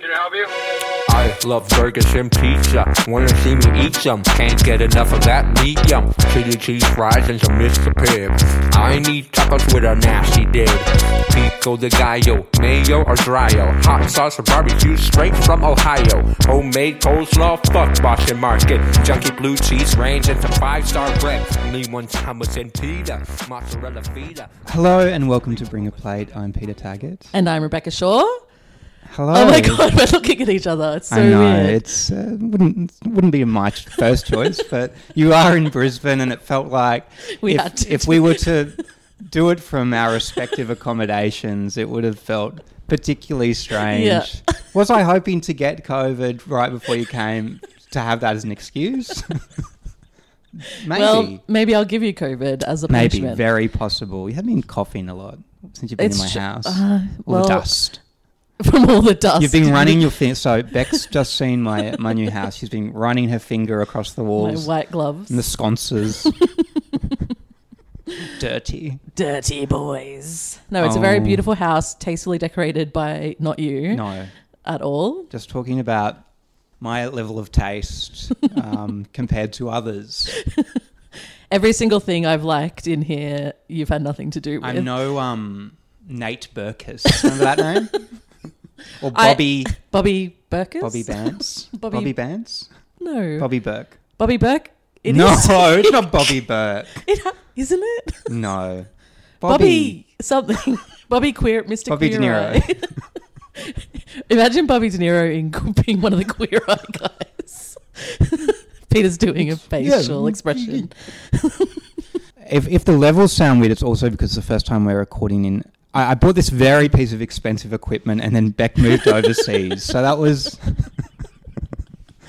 to help you? I love burgers and pizza. Wanna see me eat some? Can't get enough of that medium. Chili cheese fries and some Mr. Pibb. I need tacos with a nasty dip. Pico de gallo, mayo or dryo. Hot sauce or barbecue straight from Ohio. Homemade coleslaw, fuck Boston Market. Junky blue cheese range and some five star bread. Only one hummus and pita, mozzarella feta. Hello and welcome to Bring a Plate. I'm Peter Taggart. And I'm Rebecca Shaw. Hello. Oh, my god, we're looking at each other. It's so I know weird. it's uh, wouldn't wouldn't be my ch- first choice, but you are in Brisbane, and it felt like We if, had to if do we were to do it from our respective accommodations, it would have felt particularly strange. Yeah. Was I hoping to get COVID right before you came to have that as an excuse? Maybe. Well, maybe I'll give you COVID as a Maybe, punishment. very possible. You have been coughing a lot since you've been It's in my ju- house. uh, All the well, dust. from all the dust. You've been running your finger. So Beck's just seen my my new house. She's been running her finger across the my walls white gloves. and the sconces. Dirty. Dirty boys. No, it's a very Oh. beautiful house, tastefully decorated by not you No, at all. just talking about my level of taste um, compared to others. Every single thing I've liked in here, you've had nothing to do with. I'm no um, Nate Burkus. Remember that name? Or I- Bobby Bobby Burkus? Bobby Bance. Bobby- Bobby Bance. No. Bobby, Bobby Burke. Burke? It no, is- it's not Bobby Burke. it ha- isn't it? No. Bobby, something. Bobby Queer, Mr. Bobby De Queer Eye. Imagine Bobby De Niro in being one of the Queer Eye guys. Peter's doing a facial expression. If, if the levels sound weird, it's also because it's the first time we're recording in. I, I bought this very piece of expensive equipment, and then Beck moved overseas, so that was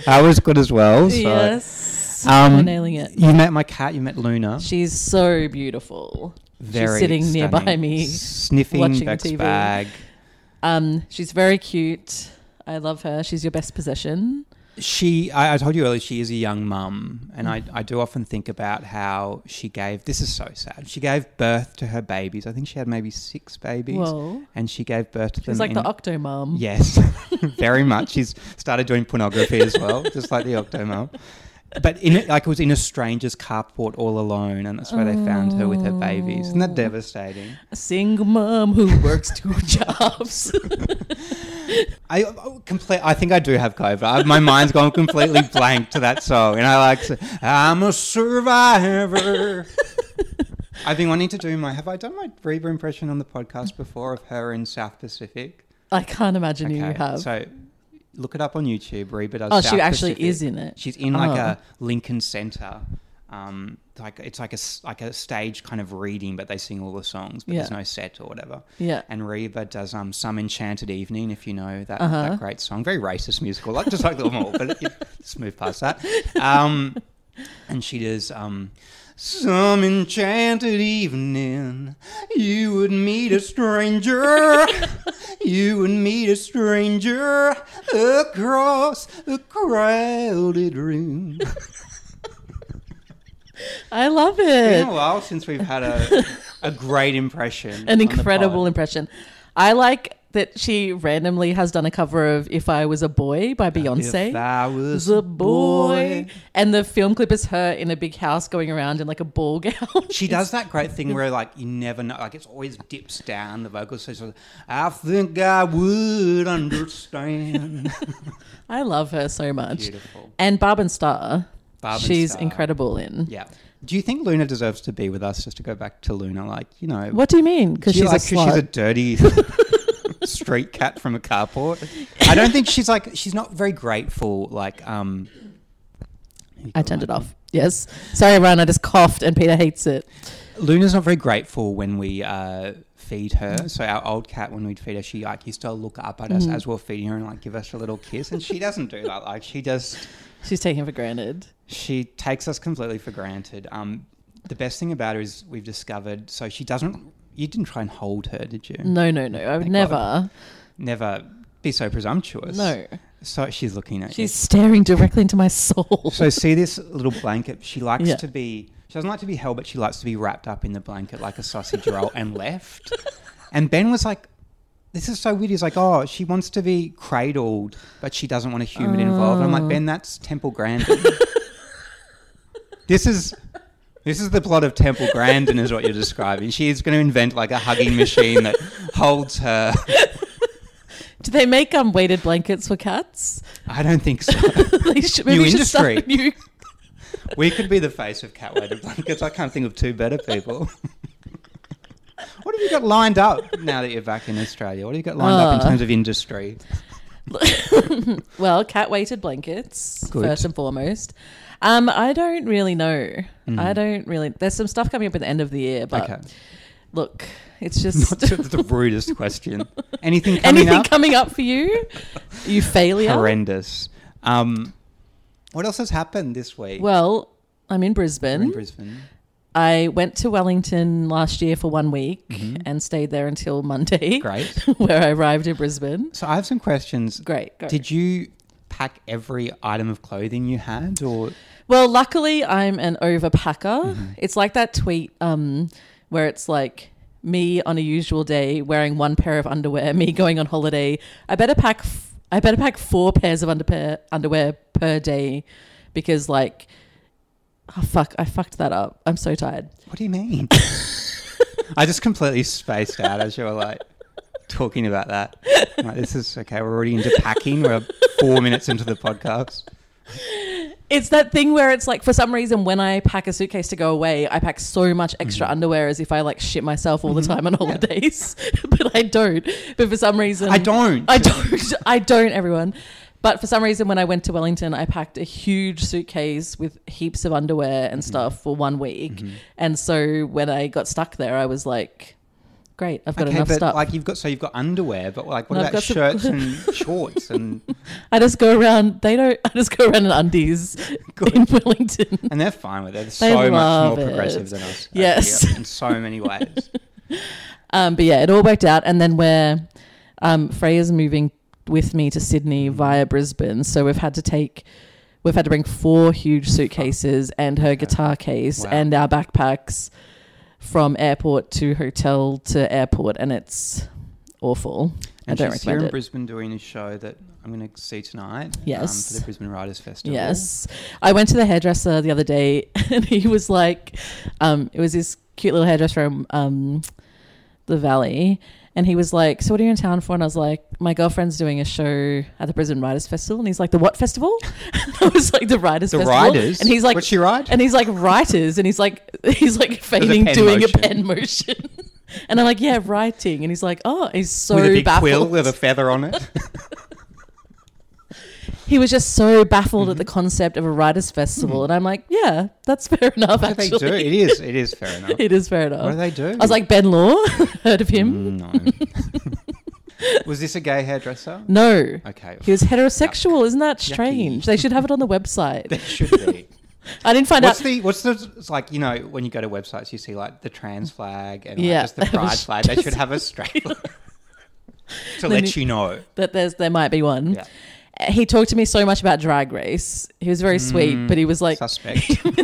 that was good as well. So. yes, Um, we're nailing it. You met my cat. You met Luna. She's so beautiful. very She's sitting nearby stunning. me. sniffing watching Beck's TV. bag. Um, she's very cute. I love her. She's your best possession. She, I, I told you earlier, she is a young mum, and I, I do often think about how she gave. This is so sad. She gave birth to her babies. I think she had maybe six babies, Whoa. and she gave birth to them. She's like the in- Octo Mom. Yes, very much. She's started doing pornography as well, just like the Octomom. But in it, like it was in a stranger's carport all alone, and that's where they found her with her babies. Isn't Oh. that devastating? A single mom who works two jobs. I I complete. I think I do have COVID. I, my mind's gone completely blank to that song, and I like. to- I'm a survivor. I've been wanting to do my. Have I done my Reba impression on the podcast before of her in South Pacific? I can't imagine who you have. So look it up on YouTube. Reba does. Oh, South she actually Pacific. is in it. She's in like Oh. a Lincoln Center. Um, like it's like a s- like a stage kind of reading, but they sing all the songs, but there's Yeah. no set or whatever. Yeah. And Reba does um some Enchanted Evening, if you know that, Uh-huh. that great song, very racist musical, like just like them all, but you, just move past that. Um, and she does um some enchanted evening you would meet a stranger you would meet a stranger across a crowded room I love it's it. been a while since we've had a, a great impression on An the incredible pod. impression. I like that she randomly has done a cover of "If I Was a Boy" by Beyonce. if i was The boy, and the film clip is her in a big house going around in like a ball gown. She does that great thing where like you never know, like it's always dips down the vocals. So she's like, I think I would understand. I love her so much. Beautiful. And Barb and Star, Barb and she's Star. incredible in. yeah. Do you think Luna deserves to be with us? Just to go back to Luna, like you know, What do you mean? Because do you she's like- a slut. she's a dirty street cat from a carport. I don't think she's like she's not very grateful. Like um, I turned it off. Yes. Sorry, Ryan. I just coughed, and Peter hates it. Luna's not very grateful when we uh, feed Mm. her. So our old cat, when we'd feed her, she like used to look up at us as we're feeding her and like give us a little kiss, and she doesn't do that. Like she just She's taking it for granted. she takes us completely for granted. Um, the best thing about her is we've discovered. So she doesn't. You didn't try and hold her, did you? No, no, no. I would Thank never. Never be so presumptuous. No. So she's looking at you. She's staring directly into my soul. So see this little blanket. She likes Yeah. to be. She doesn't like to be held, but she likes to be wrapped up in the blanket like a sausage roll and left. And Ben was like, this is so weird. He's like, oh, she wants to be cradled, but she doesn't want a human involved. And I'm like, Ben, that's Temple Grandin. this is this is the plot of Temple Grandin, is what you're describing. She is going to invent like a hugging machine that holds her. Do they make um weighted blankets for cats? I don't think so. they should, maybe New we should start a new- We could be the face of cat weighted blankets. I can't think of two better people. what have you got lined up now that you're back in Australia? What have you got lined up in Uh. terms of industry? well, cat weighted blankets Good. first and foremost. Um, I don't really know. I don't really. There's some stuff coming up at the end of the year, but Mm. Okay. look, it's just That's the rudest question. Anything coming anything up? coming up for you. You failure. Horrendous. Um, what else has happened this week? Well, mm-hmm. I'm in Brisbane. We're in Brisbane. I went to Wellington last year for one week and stayed there until Monday. Mm-hmm. Great. where I arrived in Brisbane. So I have some questions. Great. go. Did you pack every item of clothing you had, or Well, luckily, I'm an overpacker. Mm-hmm. It's like that tweet um, where it's like, me on a usual day wearing one pair of underwear, me going on holiday. I better pack. F- I better pack four pairs of underpair, underwear per day because, like, oh fuck, I fucked that up. I'm so tired. what do you mean? I just completely spaced out as you were like talking about that. I'm like, this is okay. We're already into packing. We're four minutes into the podcast. It's that thing where it's like, for some reason, when I pack a suitcase to go away, I pack so much Mm-hmm. extra underwear as if I like shit myself all the time on holidays, but I don't. But for some reason, I don't. Um, I don't. I don't, everyone. But for some reason, when I went to Wellington, I packed a huge suitcase with heaps of underwear Mm-hmm. and stuff for one week. And so when I got stuck there, I was like, great, I've got okay, enough but stuff. like you've got so you've got underwear, but like what And I've about got some- shirts and shorts and I just go around, they don't, I just go around in undies in Wellington. and they're fine with it. They're so much love more it. progressive than us. over Yes. here in so many ways. Um, but yeah, it all worked out. And then we're um, Freya's moving with me to Sydney via Brisbane, so we've had to take we've had to bring four huge suitcases and her guitar case Wow. and our backpacks from airport to hotel to airport, and it's awful. And I don't she's here recommend in it. Brisbane doing a show that I'm going to see tonight. Yes. Um, for the Brisbane Writers Festival. Yes. I went to the hairdresser the other day and he was like, um, it was this cute little hairdresser from um, the Valley. And he was like, So what are you in town for? And I was like, My girlfriend's doing a show at the Brisbane Writers Festival. And he's like, The what festival? And I was like, The Writers The Festival. Writers. And he's like, What's she write? And he's like, Writers. And he's like, He's like a feigning pen doing motion. a pen motion. And I'm like, Yeah, writing. And he's like, Oh, he's so with a big baffled. quill with a feather on it. he was just so baffled at the Mm-hmm. concept of a writers festival and i'm like yeah that's fair enough what do they actually do? It is. It is fair enough. it is fair enough What do they do? i was like ben law heard of him no. was this a gay hairdresser? no Okay. he was heterosexual isn't that Yucky. strange they should have it on the website There should be. i didn't find What's out the what's the it's like you know when you go to websites you see like the trans flag and like, Yeah, just the they have a pride flag they should have a straight flag to let need- you know that there's there might be one Uh, Yeah. he talked to me so much about drag race he was very sweet but he was like suspect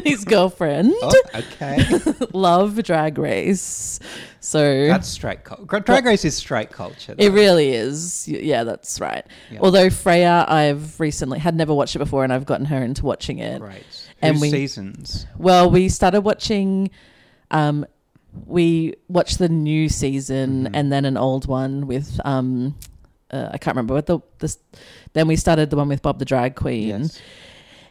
his girlfriend Mm. oh, okay love drag race so that's straight culture drag race is straight culture though. It really is. Y- Yeah, that's right. Yeah. Although Freya, I've recently had never watched it before, and I've gotten her into watching it. Right. And Whose we- seasons. Well, we started watching. Um, we watched the new season Mm-hmm. and then an old one with um, uh, I can't remember what the this. Then we started the one with Bob the drag queen Yes.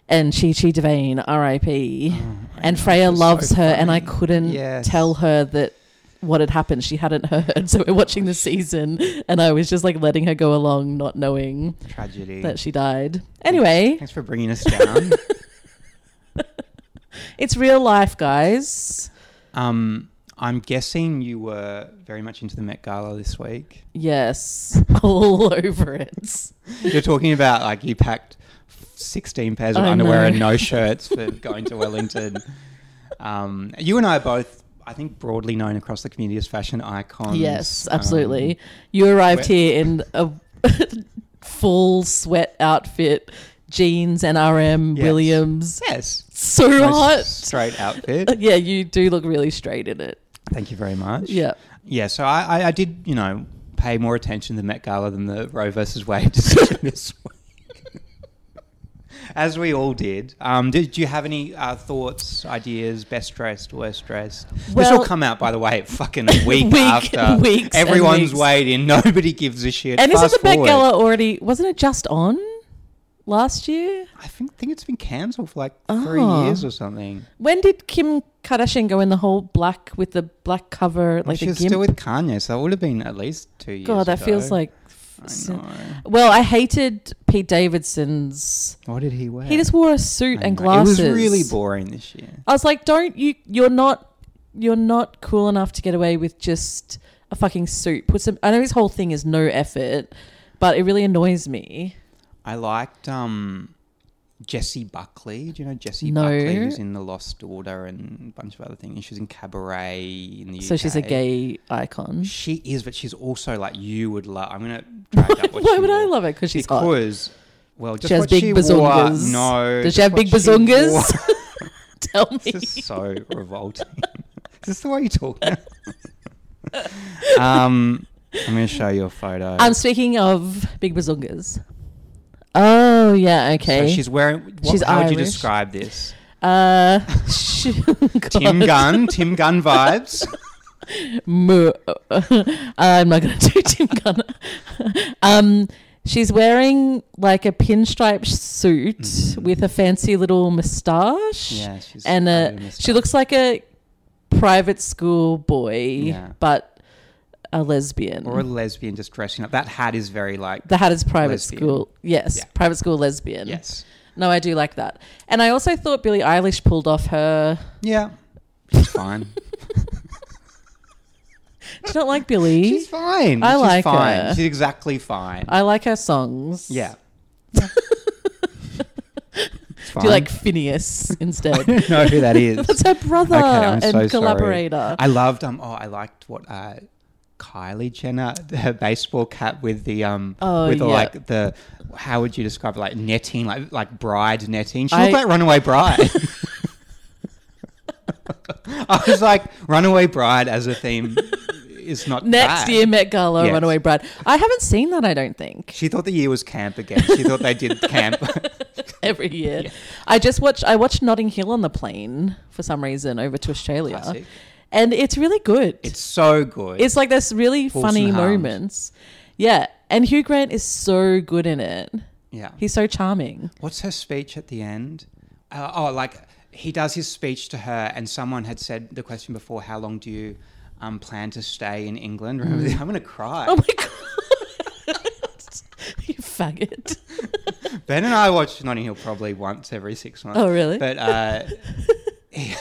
and Chi Chi Devane, R.I.P. and know, Freya Oh, it was loves so her, and I funny. couldn't Yes. tell her that what had happened. She hadn't heard, so we're watching the season, and I was just like letting her go along, not knowing Tragedy. that she died. Anyway, Thanks for bringing us down. it's real life, guys. um, I'm guessing you were very much into the Met Gala this week. Yes, all over it. You're talking about like you packed 16 pairs of I underwear know. and no shirts for going to Wellington. Um, you and I are both, I think, broadly known across the community as fashion icons. Yes, Um, absolutely. you arrived where- here in a full sweat outfit, jeans, and RM Yes. Williams. yes. So Most hot. Straight outfit. yeah, you do look really straight in it. Thank you very much. Yeah. Yeah, so I, I, I did, you know, pay more attention to the Met Gala than the Roe versus Wade decision this week, as we all did. Um, did you have any uh, thoughts, ideas, best dressed, worst dressed? this will Well- come out, by the way, fucking a week, Week- after weeks and everyone's weeks. weighed in. Nobody gives a shit. And isn't Fast the Met forward. Gala already? Wasn't it just on last year? I think, think it's been cancelled for like three Oh. years or something. When did Kim Kardashian go in the whole black with the black cover, like she the was gimp? still with Kanye, so that would have been at least two years. God, that ago. feels like. I know. Well, I hated Pete Davidson's. What did he wear? He just wore a suit I and know. glasses. It was really boring this year. I was like, don't you? You're not. You're not cool enough to get away with just a fucking suit. Put some. I know his whole thing is no effort, but it really annoys me. I liked um, Jessie Buckley. Do you know Jessie No. Buckley? Who's in The Lost Daughter and a bunch of other things. And she's in Cabaret in the So she's a UK. gay icon. She is, but she's also like you would love. I'm gonna drag up what Why she would I wore. love it? Because she's hot. because well, just She has what big she bazongas. Wore, no, Does just she have what big bazongas? wore- Tell me. This is so revolting. is this the way you talk now? um, I'm going to show you a photo. I'm speaking of big bazongas. Oh yeah, okay. So she's wearing. What, She's how would you Irish. describe this? uh, she, Tim God. Gunn, Tim Gunn vibes. Moo. I'm not gonna do Tim Gunn. um, she's wearing like a pinstripe suit with a fancy little moustache. Mm. Yeah, she's and covered in a, moustache. she looks like a private school boy, Yeah. but a lesbian. or a lesbian just dressing up. That hat is very like. the hat is private lesbian. school. Yes, Yeah. private school lesbian. Yes. No, I do like that. And I also thought Billie Eilish pulled off her. Yeah. She's fine. Do you not like Billie? she's fine. I she's like fine. her. She's exactly fine. I like her songs. yeah. It's Do you fine. like Phineas instead? I don't know who that is. That's her brother Okay, I'm so and sorry. collaborator. I loved um oh I liked what uh Kylie Jenner her baseball cap with the um Oh, with the, yeah. like the how would you describe it? like netting like like bride netting she I- looked like runaway bride. I was like runaway bride as a theme is not Next bad. year, Met Gala, Yes. Runaway Bride. I haven't seen that. I don't think She thought the year was camp again. She thought they did camp. every year. I just watched. I watched Notting Hill on the plane for some reason over to Australia, Classic. and it's really good. it's so good. It's like there's really Wholesome funny Hound. moments. Yeah, and Hugh Grant is so good in it. yeah. He's so charming. What's her speech at the end? Uh, oh, like he does his speech to her, and someone had said the question before, "How long do you um, plan to stay in England?" Remember, I'm gonna cry. Oh my god, you faggot! Ben and I watch Notting Hill probably once every six months. Oh, really? But uh, he,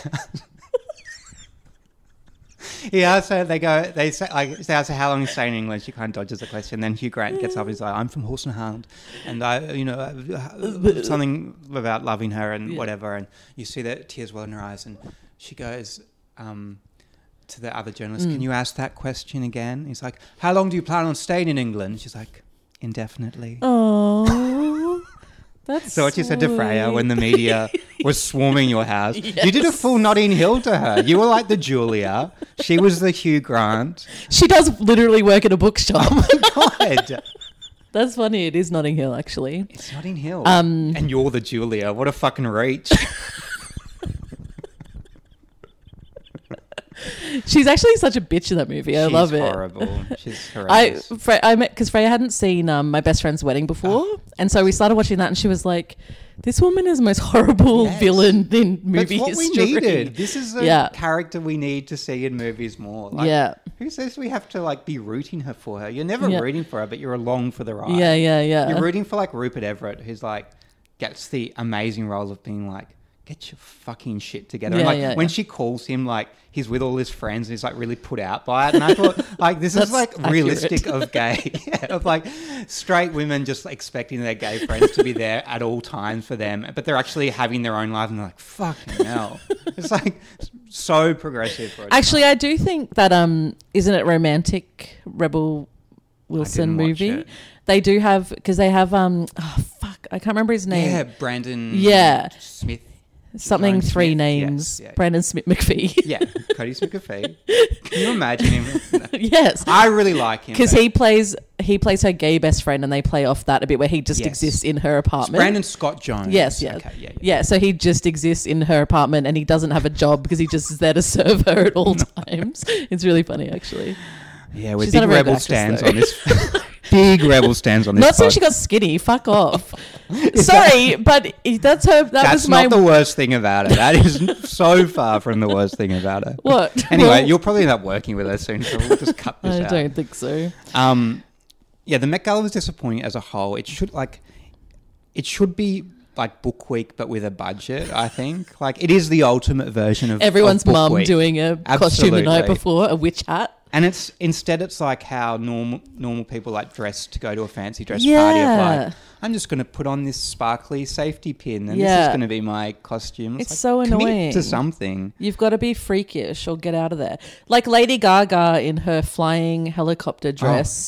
he asks her. They go. They say like they ask her how long you stay in England. She kind of dodges the question. Then Hugh Grant gets up. and He's like, "I'm from Horsenhound, and I, you know, uh, something about loving her and whatever." And you see the tears well in her eyes, and she goes. Um, to the other journalist, Mm. can you ask that question again? He's like, How long do you plan on staying in England? She's like, Indefinitely. Oh, that's So what you said to Freya when the media was swarming your house, you did a Yes. full Notting Hill to her. You were like the Julia. She was the Hugh Grant. she does literally work in a bookshop. Oh my god, That's funny. It is Notting Hill, actually. it's Notting Hill. Um, and you're the Julia. What a fucking reach. She's actually such a bitch in that movie. I She's love it. Horrible. She's I, horrendous. Fre- I met because Freya hadn't seen um, my best friend's wedding before, Oh. and so we started watching that, and she was like, "This woman is the most horrible Yes. villain in That's movie what history." we needed. This is a Yeah. character we need to see in movies more. Like, Yeah. Who says we have to like be rooting her for her? You're never Yeah. rooting for her, but you're along for the ride. Yeah, yeah, yeah. You're rooting for like Rupert Everett, who's like gets the amazing role of being like, get your fucking shit together. and Yeah, like yeah, when yeah. she calls him, like he's with all his friends and he's like really put out by it. And I thought like this is That's like accurate. realistic of gay, yeah, of like straight women just expecting their gay friends to be there at all times for them, but they're actually having their own lives and they're like, fucking hell. It's like so progressive. For a Actually, I do think that um, isn't it romantic Rebel Wilson watch movie? it. They do have because they have um, oh, fuck, I can't remember his name. Yeah, Brandon Yeah. Smith. Something Smith, three yes, names. yeah. Brandon Smith McPhee. Yeah, Cody Smith Can you imagine him? yes. I really like him. Because though. he plays he plays her gay best friend and they play off that a bit where he just Yes. exists in her It's apartment. Brandon Scott Jones. Yes, yeah. Okay, yeah, yeah. Yeah, so he just exists in her apartment and he doesn't have a job because he just is there to serve her at all times. It's really funny actually. Yeah, we're She's not big a very good rebel actress, stands though. on this. big rebel stands on this. Not so pod. she got skinny, fuck off. Sorry, but i- that's her that That's was my not the worst thing about it. That is so far from the worst thing about it. What? Anyway, Well- you'll probably end up working with her soon, so we'll just cut this I out. don't think so. Um, yeah, the Met Gala was disappointing as a whole. It should like, it should be like book week, but with a budget. I think like it is the ultimate version of Everyone's of book mum week. doing a costume the night Absolutely. before, a witch hat. And it's instead it's like how normal normal people like dress to go to a fancy dress party Yeah. of like I'm just going to put on this sparkly safety pin and this Yeah. is going to be my costume. It's so commit annoying. to something. You've got to be freakish or get out of there. Like Lady Gaga in her flying helicopter dress,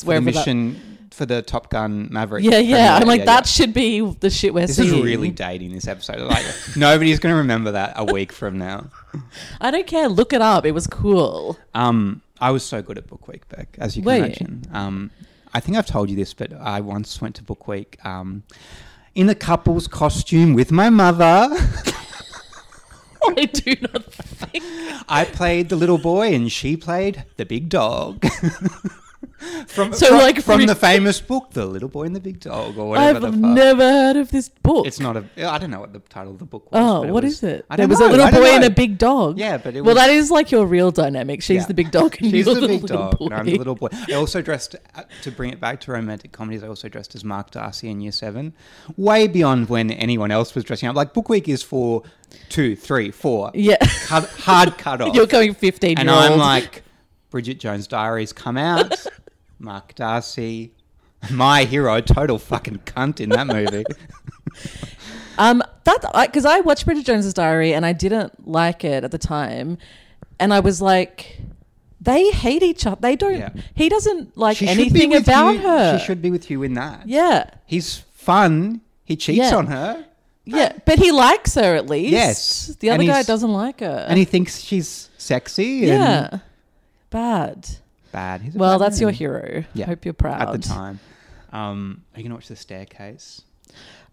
Oh, for the wherever that- mission for the Top Gun Maverick. Yeah, yeah. premiere, I'm like, yeah. that should be the shit we're This seeing. is really dating this episode. Like nobody's going to remember that a week from now. I don't care. Look it up. It was cool. Um, I was so good at Book Week, Beck, as you can Were you? imagine. Um, I think I've told you this, but I once went to Book Week um, in a couple's costume with my mother. I do not think. I played the little boy, and she played the big dog. from So, from, like, from re- the famous book, The Little Boy and the Big Dog, or whatever I've the fuck. never heard of this book. It's not a. I don't know what the title of the book was. Oh, but what was, is it? I There don't was know, a little I don't boy and know. a big dog. Yeah, but it well, was- that is like your real dynamic. She's Yeah. the big dog, and She's you're the big little dog, boy. and I'm the little boy. I also dressed uh, to bring it back to romantic comedies. I also dressed as Mark Darcy in Year Seven, way beyond when anyone else was dressing up. Like Book Week is for two, three, four, Yeah, cut, hard cut off, you're going 15 and year I'm old. like, Bridget Jones' Diaries come out, Mark Darcy, my hero, total fucking cunt in that movie. Um, that because I, watched Bridget Jones's Diary and I didn't like it at the time, and I was like, they hate each other. They don't. Yeah. He doesn't like She should be anything with about you- her. She should be with you in that. Yeah, he's fun. He cheats Yeah. on her. yeah, but he likes her at least. Yes. the other And guy he's- doesn't like her. and he thinks she's sexy. yeah, and bad. bad. He's a Well, bad that's your man hero. Yeah. Hope you're proud at the time. Um, are you gonna watch the staircase?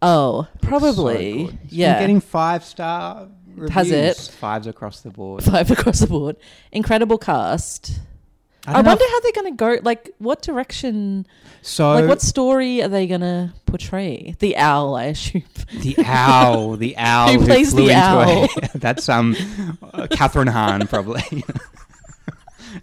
Oh, So probably. good. It's been yeah. getting five star. Reviews. Has it? fives across the board? Five across the board. Incredible cast. I, I, don't know wonder if- how they're going to go. Like, what direction? So like, what story are they going to portray? The owl, I assume. the owl? The owl who, plays flew the into owl? A, that's um, uh, Catherine Hahn probably.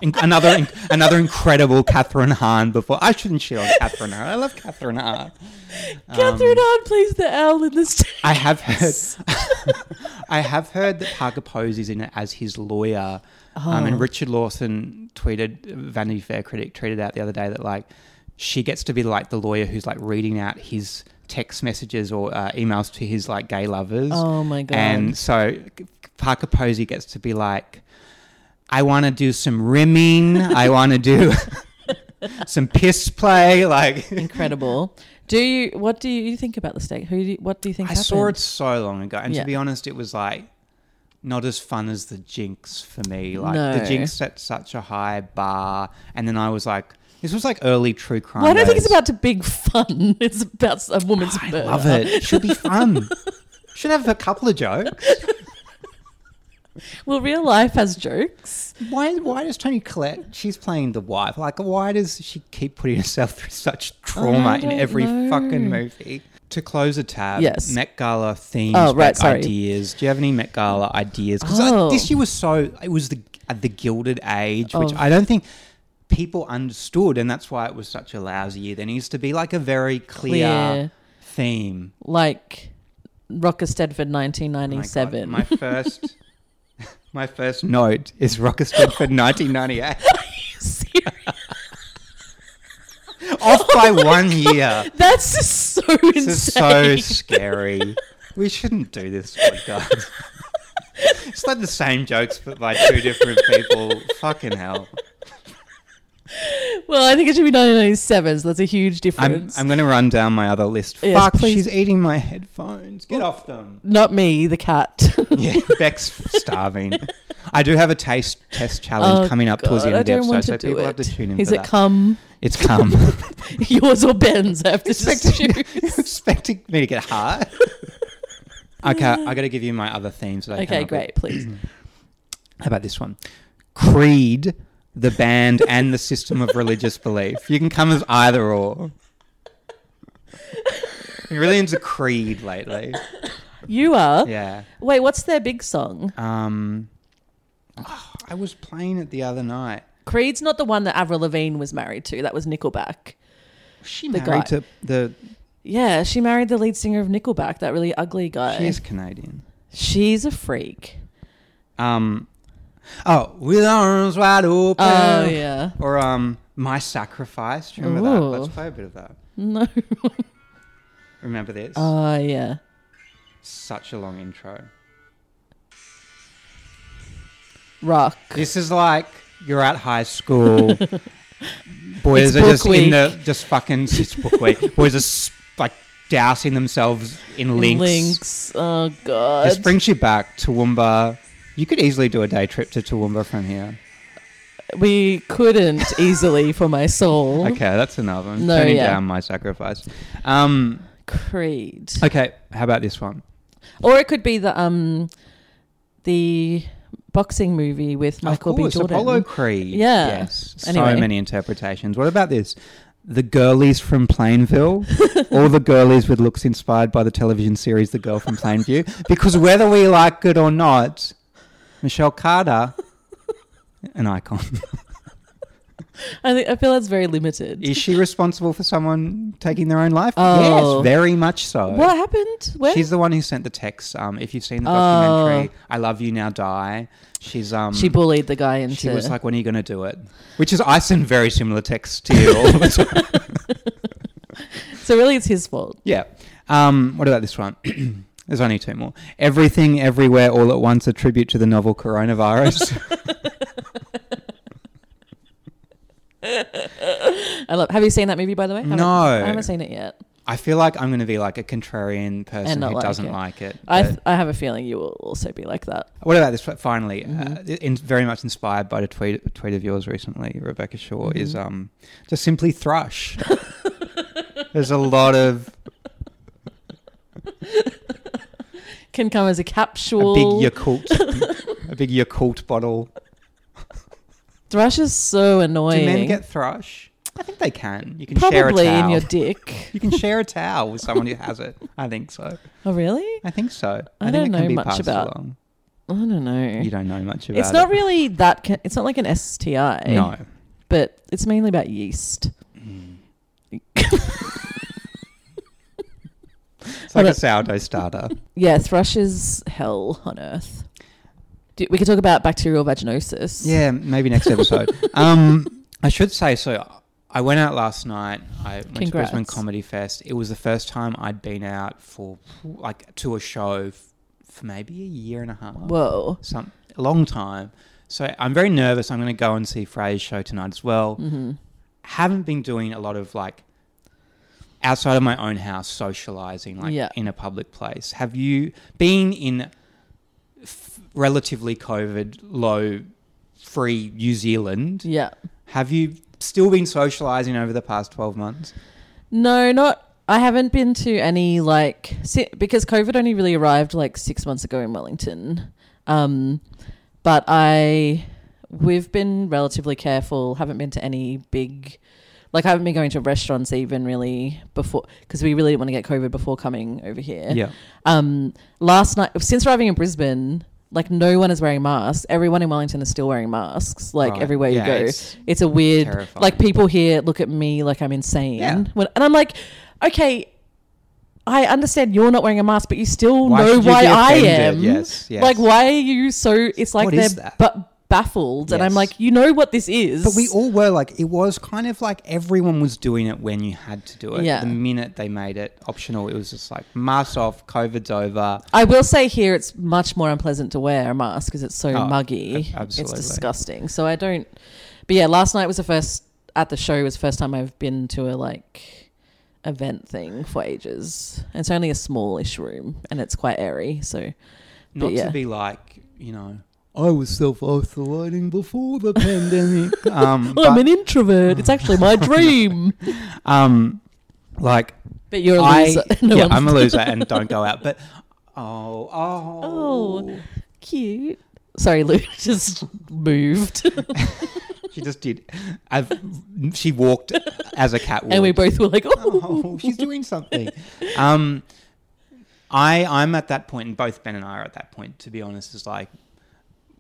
In- another in- another incredible Catherine Hahn. Before I shouldn't shit on Catherine Hahn. I love Catherine Hahn. Catherine Um, Hahn plays the owl in this. I have heard. I have heard that Parker Posey's in it as his lawyer. Um, Oh. and Richard Lawson tweeted, Vanity Fair critic tweeted out the other day that like she gets to be like the lawyer who's like reading out his text messages or uh, emails to his like gay lovers. Oh my God. And so Parker Posey gets to be like, I want to do some rimming. I want to do some piss play. Like Incredible. Do you? What do you think about the steak? Who? Do you, what do you think? I saw it happened? so long ago, and Yeah. to be honest, it was like not as fun as the Jinx for me. Like No. the Jinx set such a high bar, and then I was like, this was like early true crime. Well, I don't think it's days. about to big fun. It's about a woman's I murder. love it. Should be fun. Should have a couple of jokes. Well, real life has jokes. Why? Why does Tony Collette? She's playing the wife. Like, why does she keep putting herself through such trauma in don't every know. fucking movie? To close a tab, Yes. Met Gala themes, Oh, right, Met sorry. ideas. Do you have any Met Gala ideas? Because Oh. this year was so it was the uh, the Gilded Age, which Of- I don't think people understood, and that's why it was such a lousy year. There needs to be like a very clear, Clear. theme. Like Rocker Stedford, Oh My God, 1997. My, first, my first note is Rocker Stedford, nineteen ninety eight. Seriously. off by one year. That's just so This is insane. so scary. We shouldn't do this podcast. it's like the same jokes, but by two different people. Fucking hell. Well, I think it should be 1997, so that's a huge I'm, difference. I'm going to run down my other list. Yes, Fuck, please. she's eating my headphones. Get off them. Not me, the cat. Yeah, Beck's starving. I do have a taste test challenge Oh, coming up towards the God, end of the I episode, don't want so to do people have to it. tune in Is for it that. come it's come. yours or Ben's? I have to just expecting, choose. expecting me to get hard. okay, I got to give you my other themes. That I came Okay, up with. great, please. How about this one? Creed, the band, and the system of religious belief. You can come as either or. You're really into Creed lately. You are. Yeah. Wait, what's their big song? Um, oh, I was playing it the other night. Creed's not the one that Avril Lavigne was married to. That was Nickelback. Was She The married guy. to the. Yeah, she married the lead singer of Nickelback, that really ugly guy. She is Canadian. She's a freak. Um, oh, with arms wide open. Oh, yeah. Or um, my sacrifice. Do you remember that? Ooh. Let's play a bit of that. No. Remember this? Oh, yeah. Such a long intro. Rock. This is like you're at high school. Boys It's are book just in week. the just fucking it's book week. Boys are s- like dousing themselves in links. Links. Oh, God. This brings you back to Toowoomba. You could easily do a day trip to Toowoomba from here. we couldn't easily for my soul. Okay, that's enough. I'm No, turning yeah. down my sacrifice. Um, Creed. okay, how about this one? Or it could be the um the boxing movie with Michael of B. course, Jordan. Apollo Creed. Yeah. Yes. So Anyway. many interpretations. What about this? The girlies from Plainville, all the girlies with looks inspired by the television series The Girl from Plainview, because whether we like it or not, Michelle Carter, an icon, I think I feel that's very limited. is she responsible for someone taking their own life? Oh. Yes, very much so. What happened? Where? She's the one who sent the text. Um, if you've seen the Oh. documentary, "I Love You Now Die," she's um, she bullied the guy into. She was like, "When are you going to do it?" Which is, I send very similar texts to you all the time. so really, it's his fault. Yeah. Um, what about this one? There's only two more. Everything, everywhere, all at once: a tribute to the novel coronavirus. I love. Have you seen that movie by the way? Haven't- No. I haven't seen it yet. I feel like I'm going to be like a contrarian person And not who like doesn't it. like it. I but- th- I have a feeling you will also be like that. what about this? one? Finally, Mm-hmm. uh, in, very much inspired by the tweet, tweet of yours recently, Rebecca Shaw is Mm-hmm. um, just simply thrush. There's a lot of Can come as a a capsule. big Yakult, a big Yakult bottle. Thrush is so annoying. Do men get thrush? I think they can. You can share a probably towel. in your dick? you can share a towel with someone who has it. I think so. Oh really? I think so. I think don't it can know be much passed about along. I don't know. You don't know much about it's not it. really that. Ca- it's not like an STI. No. but it's mainly about yeast. Hmm. It's like a But- sourdough starter. Yeah, thrush is hell on earth. Do, we could talk about bacterial vaginosis. yeah, maybe next episode. um, I should say so. I went out last night. I went to Brisbane Congrats. Comedy Fest. It was the first time I'd been out for like to a show f- for maybe a year and a half. Whoa. some a long time. So I'm very nervous. I'm going to go and see Frey's show tonight as well. Mm. Mm-hmm. Haven't been doing a lot of like outside of my own house socializing, like Yeah. in a public place. Have you been in f- relatively COVID, low, free New Zealand? Yeah. Have you still been socializing over the past 12 months? No, not. I haven't been to any like si- because COVID only really arrived like six months ago in Wellington. Um, but I we've been relatively careful. Haven't been to any big. Like I haven't been going to restaurants even really before because we really didn't want to get COVID before coming over here. um, last night since arriving in Brisbane, like no one is wearing masks. Everyone in Wellington is still wearing masks. Like Right. everywhere Yeah, you go, it's it's, a weird. terrifying. Like people here look at me like I'm insane. Yeah. When, and I'm like, okay, I understand you're not wearing a mask, but you still Why know should you why be I offended? am. Yes, yes. Like why are you so? It's like What is they're that? ba- baffled, and I'm Yes. like, you know what this is. But we all were like, it was kind of like everyone was doing it when you had to do it. Yeah. The minute they made it optional, it was just like, mask off, COVID's over. I will say here it's much more unpleasant to wear a mask because it's so Oh, muggy. a- absolutely. It's disgusting. So I don't. But yeah, last night was the first at the show was the first time I've been to a like event thing for ages. And it's only a smallish room and it's quite airy. So Not yeah. to be like, you know, I was self isolating before the pandemic. um, Oh, I'm but, an introvert. It's actually my dream. um, like, but you're a I, loser. No yeah, one- I'm a loser and don't go out. But, oh, oh. Oh. cute. Sorry, Luke just moved. She just did. I've, she walked as a cat would. and we both were like, oh. oh, she's doing something. Um, I I'm at that point, and both Ben and I are at that point. To be honest, is like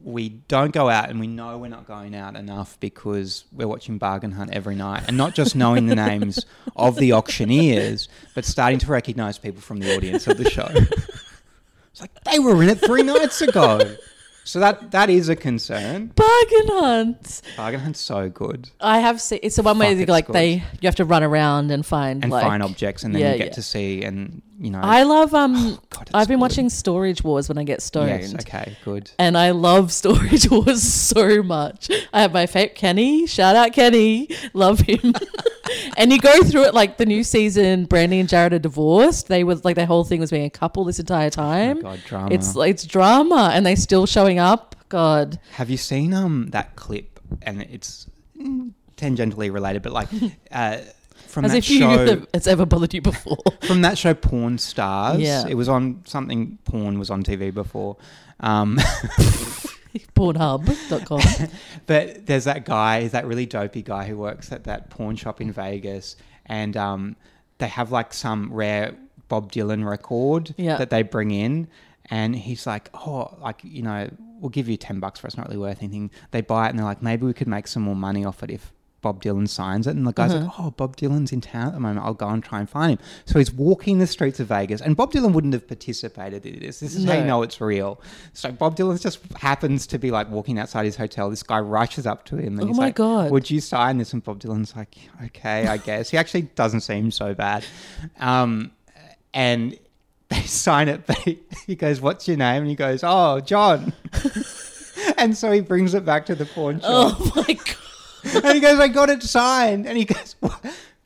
we don't go out, and we know we're not going out enough because we're watching Bargain Hunt every night, and not just knowing the names of the auctioneers, but starting to recognise people from the audience of the show. It's like they were in it three nights ago. So that that is a concern. Bargain hunt. Bargain Hunt's so good. I have seen. It's the one Fuck, where they, it's like good. they you have to run around and find And like, fine objects, and then yeah, you get yeah. to see, and you know, I love um. oh, God, it's I've been good. watching Storage Wars when I get stoned. Yes, okay, good. And I love Storage Wars so much. I have my fave Kenny. Shout out Kenny. Love him. and you go through it like the new season, Brandy and Jared are divorced. They was like their whole thing was being a couple this entire time. Oh God, drama. It's like it's drama and they still showing up. God. Have you seen um that clip? And it's mm, tangentially related, but like uh, from As that if you show, knew it's ever bothered you before. from that show, Porn Stars. Yeah. it was on something. Porn was on TV before. Um, Pornhub.com. but there's that guy, that really dopey guy who works at that pawn shop in Vegas, and um, they have like some rare Bob Dylan record Yeah. that they bring in, and he's like, "Oh, like you know, we'll give you ten bucks for it. It's not really worth anything." They buy it, and they're like, "Maybe we could make some more money off it if." Bob Dylan signs it, and the guy's like, "Oh, Bob Dylan's in town at the moment. I'll go and try and find him." So he's walking the streets of Vegas, and Bob Dylan wouldn't have participated in this. This is how you No. know it's real. So Bob Dylan just happens to be like walking outside his hotel. This guy rushes up to him and Oh he's my like, God. "Would you sign this?" And Bob Dylan's like, "Okay, I guess." he actually doesn't seem so bad, um, and they sign it. But he, he goes, "What's your name?" And he goes, "Oh, John." and so he brings it back to the pawn shop, oh my god. and he goes, "I got it signed." And he goes. "Wha-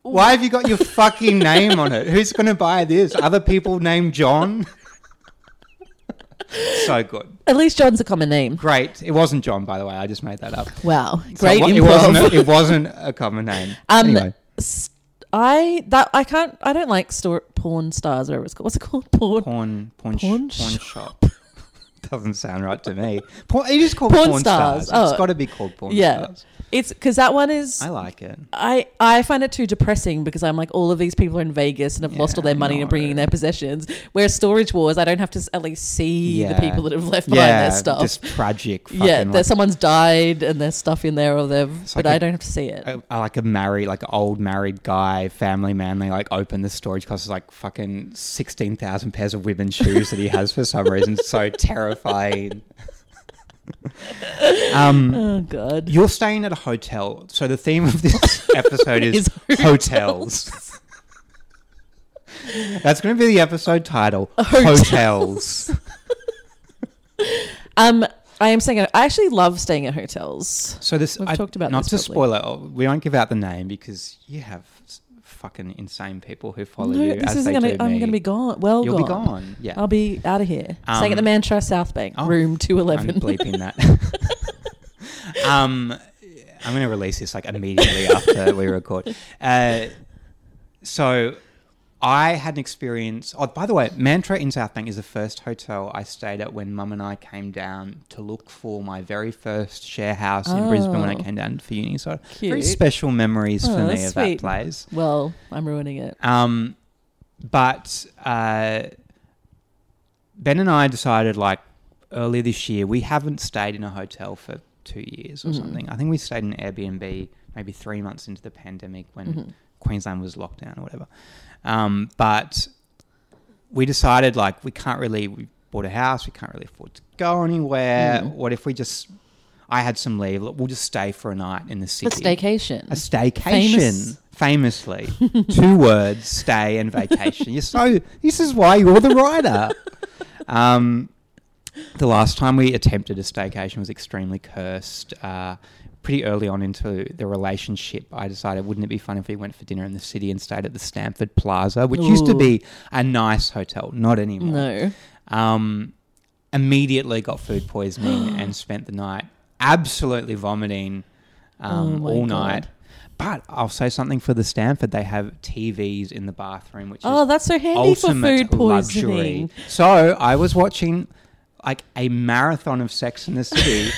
Why have you got your fucking name on it? Who's going to buy this? Other people named John? so good. At least John's a common name. Great. It wasn't John, by the way. I just made that up. Wow. So Great it, wa- improv. it wasn't. A, it wasn't a common name. Um, anyway, S- I that I can't I don't like store porn stars or whatever it's called. What's it called? Porn porn, porn, porn, sh- porn porn shop. Doesn't sound right to me. Porn, it is called Porn porn, stars. stars. Oh. It's got to be called porn Yeah. stars. It's because that one is I like it. I I find it too depressing because I'm like all of these people are in Vegas and have lost all Yeah, their money and are bringing their possessions. Whereas storage wars, I don't have to s- at least see the Yeah. people that have left behind Yeah, their stuff. This tragic. Fucking yeah, yeah, there's someone's died and there's stuff in there or they've, but like I I a- don't have to see it. I like a married, like an old married guy, family man. They like open the storage because it's like fucking sixteen thousand pairs of women's shoes that he has for some reason. so terrifying. um, oh god. You're staying at a hotel, so the theme of this episode is, Is hotels. That's going to be the episode title: Hotels. Hotels. Um, I am saying I actually love staying at hotels. So this, We've I, talked about not this to spoil probably. it. oh, We won't give out the name because you have s- fucking insane people who follow No, you. this as isn't they gonna. do I'm me. gonna be gone. Well, You'll gone. be gone. Yeah, I'll be out of here. Staying at the Um, Mantra South Bank, oh, room two I'm eleven. bleeping that. um, I'm going to release this like immediately after we record. Uh, so I had an experience. Oh, by the way, Mantra in South Bank is the first hotel I stayed at when Mum and I came down to look for my very first share house in Brisbane when I Oh. came down for uni. So very Cute. special memories Oh, for me that's of that sweet. place. Well, I'm ruining it. Um, but uh, Ben and I decided like earlier this year we haven't stayed in a hotel for two years or something. I think we stayed in Airbnb maybe three months into the pandemic when Queensland was locked down or whatever. Um, but we decided like we can't really we bought a house we can't really afford to go anywhere. What if we just I had some leave. Look, we'll just stay for a night in the A city. staycation. A staycation. Famous- Famously. Two words, stay and vacation. You're so this is why you're the writer. Um the last time we attempted a staycation was extremely cursed. Uh, pretty early on into the relationship, I decided wouldn't it be fun if we went for dinner in the city and stayed at the Stanford Plaza, which used to Ooh. be a nice hotel, not anymore. No. Um, immediately got food poisoning and spent the night absolutely vomiting Oh um, my all God. night. But I'll say something for the Stanford. They have TVs in the bathroom, which Oh, is that's so handy for ultimate food poisoning. luxury. So I was watching like a marathon of Sex in the City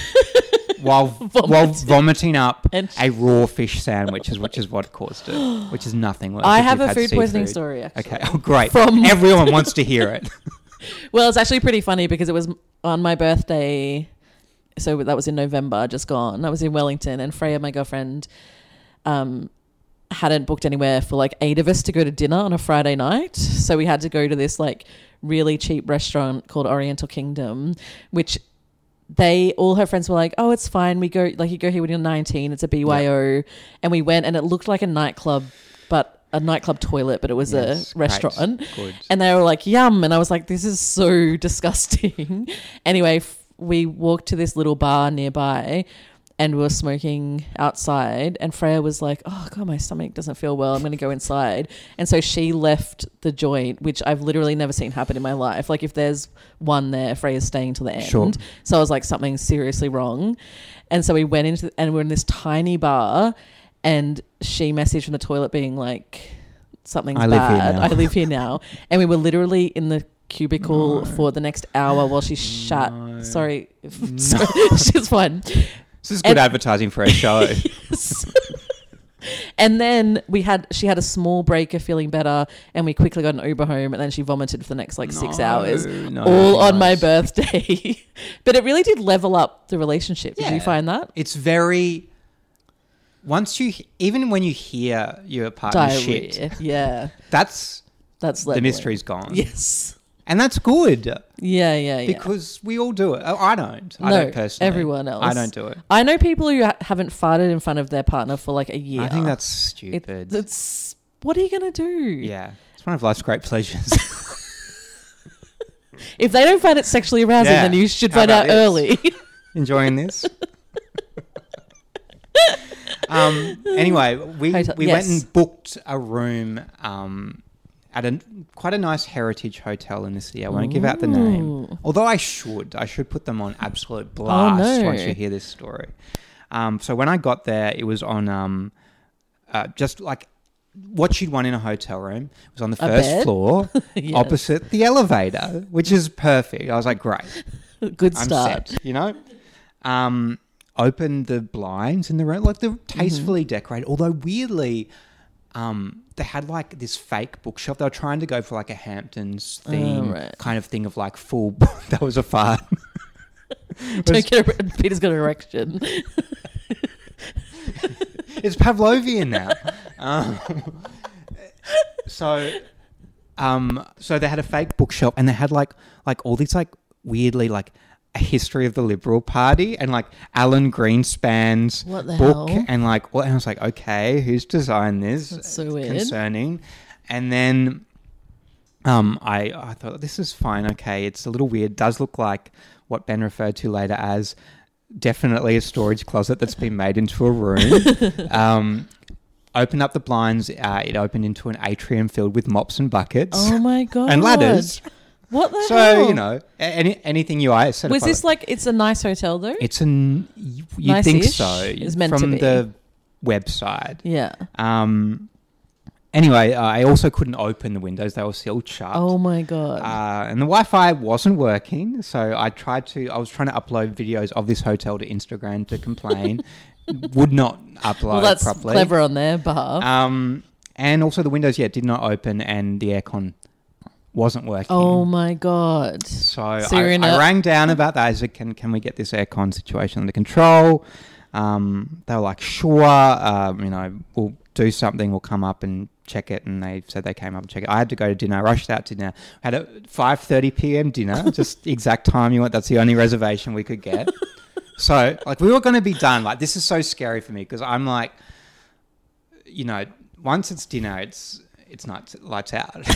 while while vomiting up And- a raw fish sandwich, is which is what caused it, which is nothing. Worse I if have you've a had food poisoning seafood. story, actually. Okay, oh, great! From- Everyone wants to hear it. Well, it's actually pretty funny because it was on my birthday. So that was in November, just gone. I was in Wellington, and Freya, my girlfriend, um, hadn't booked anywhere for like eight of us to go to dinner on a Friday night. So we had to go to this like really cheap restaurant called Oriental Kingdom, which they all her friends were like, "Oh, it's fine. We go like you go here when you're 19. It's a BYO." And we went, and it looked like a nightclub, but a nightclub toilet, but it was Yes, a great. restaurant. Good. And they were like, yum. And I was like, this is so disgusting. anyway, f- we walked to this little bar nearby and we were smoking outside. And Freya was like, oh, God, my stomach doesn't feel well. I'm going to go inside. And so she left the joint, which I've literally never seen happen in my life. Like, if there's one there, Freya's staying till the end. Sure. So I was like, something's seriously wrong. And so we went into, and we're in this tiny bar. And she messaged from the toilet being like, something's I live here bad. now. I live here now. and we were literally in the cubicle for the next hour while she shat. No. Sorry. Sorry. She's fine. This is good And- advertising for a show. And then we had she had a small break of feeling better and we quickly got an Uber home and then she vomited for the next like six No, Oh hours. no, all on my nice. birthday. but it really did level up the relationship. Did you Yeah. find that? It's very. Once you, he- even when you hear your partner shit, Diarrhea. Yeah. that's That's the leveling. mystery's gone, Yes. and that's good Yeah, yeah, yeah. because we all do it. Oh, I don't. I No, don't personally. everyone else. I don't do it. I know people who ha- haven't farted in front of their partner for like a year. I think that's It- stupid. it's what are you gonna do? yeah, it's one of life's great pleasures. If they don't find it sexually arousing, Yeah. then you should How find out about this? early. Enjoying this. um. Anyway, we Hotel- we yes. went and booked a room. Um. At a quite a nice heritage hotel in the city. I won't give out the name. Ooh. Although I should, I should put them on absolute blast Oh, no. once you hear this story. Um, so when I got there, it was on um, uh, just like what you'd want in a hotel room. It was on the A first bed? floor, Yes. opposite the elevator, which is perfect. I was like, great, Good I'm start. set. You know, um, open the blinds in the room, like they're Mm-hmm. tastefully decorated. Although weirdly. Um, they had like this fake bookshop. They were trying to go for like a Hamptons theme Oh, right. kind of thing of like full. that was a fart. Don't get a, Peter's got an erection. It's Pavlovian now. um, so, um, so they had a fake bookshop, and they had like like all these like weirdly like a history of the Liberal Party and like Alan Greenspan's What the book, hell? and like well, and I was like, okay, who's designed this? That's so weird. Concerning, and then. Um, I, I thought this is fine. Okay, it's a little weird. Does look like what Ben referred to later as definitely a storage closet that's been made into a room. um, opened up the blinds. Uh, it opened into an atrium filled with mops and buckets Oh my god. and ladders. What the So hell? you know, a- any anything you are. was this like it's a nice hotel though? It's an you, you Nice-ish? think so? It's meant to from be. the website. yeah. Um. Anyway, uh, I also couldn't open the windows; they were sealed shut. Oh my god. Uh, and the Wi-Fi wasn't working, so I tried to. I was trying to upload videos of this hotel to Instagram to complain. Would not upload well, that's properly. clever on their behalf. Um, and also the windows, yeah, did not open, and the aircon wasn't working. oh my god. so so I, you're in I a- rang down about that. I said, "Can can we get this aircon situation under control?" Um, they were like, "Sure, um, you know, we'll do something. We'll come up and check it." And they said they came up and check it. I had to go to dinner. I rushed out to dinner. Had a five thirty p.m. dinner, just the exact time you want. That's the only reservation we could get. so like we were going to be done. Like this is so scary for me because I'm like, you know, once it's dinner, it's it's not lights out.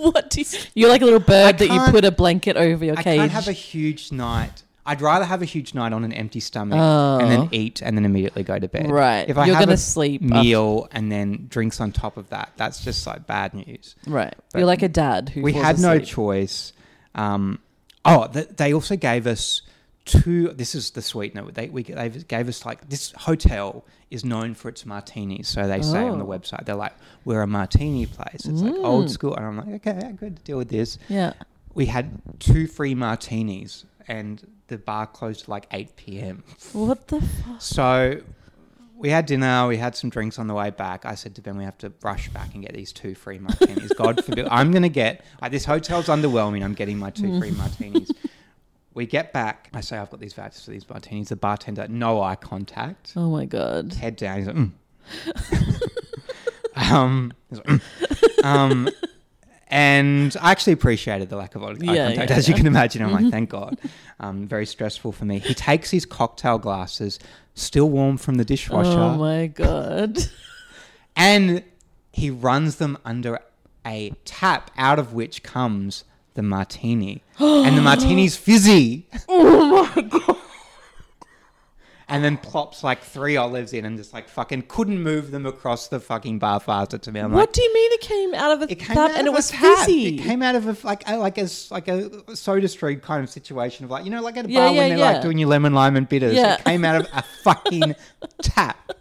What do you, you're like a little bird that you can't- put a blanket over your I cage. can't have a huge night. I'd rather have a huge night on an empty stomach and then Oh. eat and then immediately go to bed. Right. If I You're have gonna a sleep after- meal and then drinks on top of that, that's just like bad news. Right. But You're like a dad who we falls had no asleep. choice. Um, oh, th- they also gave us two. This is the sweetener. They we they gave us like this hotel is known for its martinis. So they say on the Oh. Mm. website they're like we're a martini place. It's like old school, and I'm like okay, I'm good to deal with this. Yeah. We had two free martinis, and the bar closed at like eight p.m. What the fuck? So we had dinner, we had some drinks on the way back. I said to Ben, we have to rush back and get these two free martinis. God forbid. I'm going to get, like, this hotel's underwhelming. I'm getting my two free martinis. We get back. I say, I've got these vouchers for these martinis. The bartender, no eye contact, Oh my god. head down. He's like, mm. um, he's like, "Mm." um, and I actually appreciated the lack of eye eye Yeah, contact, yeah, as you yeah. Mm-hmm. can imagine. I'm like, thank God. Um, very stressful for me. He takes his cocktail glasses, still warm from the dishwasher, Oh my god. and he runs them under a tap out of which comes the martini. and the martini's fizzy. oh my god. And then plops like three olives in and just like fucking couldn't move them across the fucking bar faster to me. I'm like, What do you mean it came out of a It came out tap and of it a was tap. fizzy? It came out of a like a, like a s- like a soda stream kind of situation of like you know like at a Yeah, bar when yeah, they're yeah. like doing your lemon lime and bitters. Yeah. It came out of a fucking tap.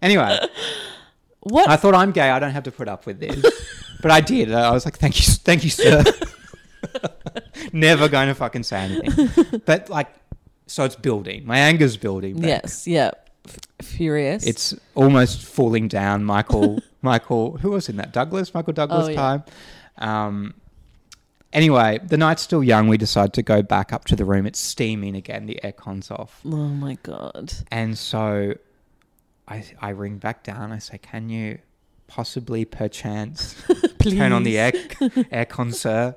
Anyway, what? I thought I'm gay. I don't have to put up with this, but I did. I was like, thank you, thank you, sir. Never going to fucking say anything. But like, so it's building. My anger's building. but yes. Yeah. F- furious. It's almost falling down. Michael, Michael, who was in that? Douglas, Michael Douglas Oh, yeah. time. Um, anyway, the night's still young. We decide to go back up to the room. It's steaming again. The aircon's off, Oh my god. and so I, I ring back down. I say, "Can you possibly, perchance, Please. turn on the air aircon, sir?"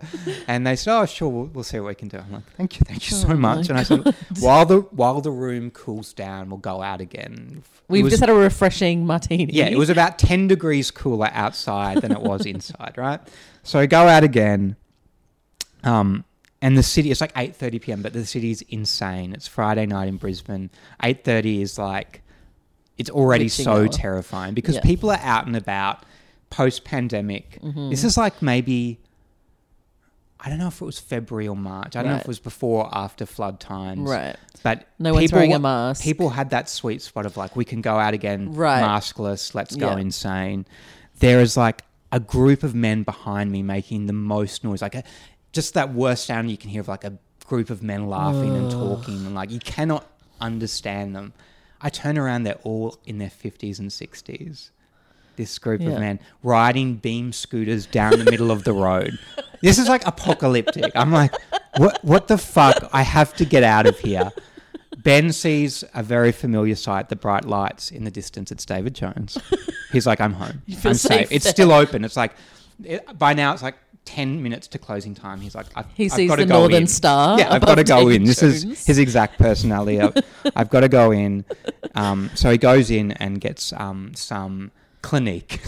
And they said, "Oh, sure, we'll, we'll see what we can do." I'm like, "Thank you, thank you Oh so my much." And I said, "While the while the room cools down, we'll go out again." It We've was- just had a refreshing martini. yeah, it was about 10 degrees cooler outside than it was inside, right? So I go out again. Um, and the city it's like 8:30 p.m., but the city's insane. It's Friday night in Brisbane. 8:30 is like it's already Witching so hour. terrifying because Yeah. people are out and about post-pandemic. Mm-hmm. This is like maybe I don't know if it was February or March. I don't know if Right. it was before or after flood times. Right. But No one's people- wearing a mask. People had that sweet spot of like, we can go out again, Right. maskless, let's go Yeah. insane. There is like a group of men behind me making the most noise, like a, just that worst sound you can hear of like a group of men laughing and talking, and like you cannot understand them. I turn around, they're all in their 50s and 60s. This group Yeah. of men riding beam scooters down the middle of the road. This is like apocalyptic. I'm like, what? What the fuck? I have to get out of here. Ben sees a very familiar sight, the bright lights in the distance. It's David Jones. He's like, I'm home. feel I'm safe safe. It's there. still open. It's like, it, by now it's like 10 minutes to closing time. He's like, I've, He I've sees gotta the go Northern in. Star Yeah, I've above got to go David in. This Jones. is his exact personality. I've, I've got to go in. Um, so he goes in and gets um, some Clinique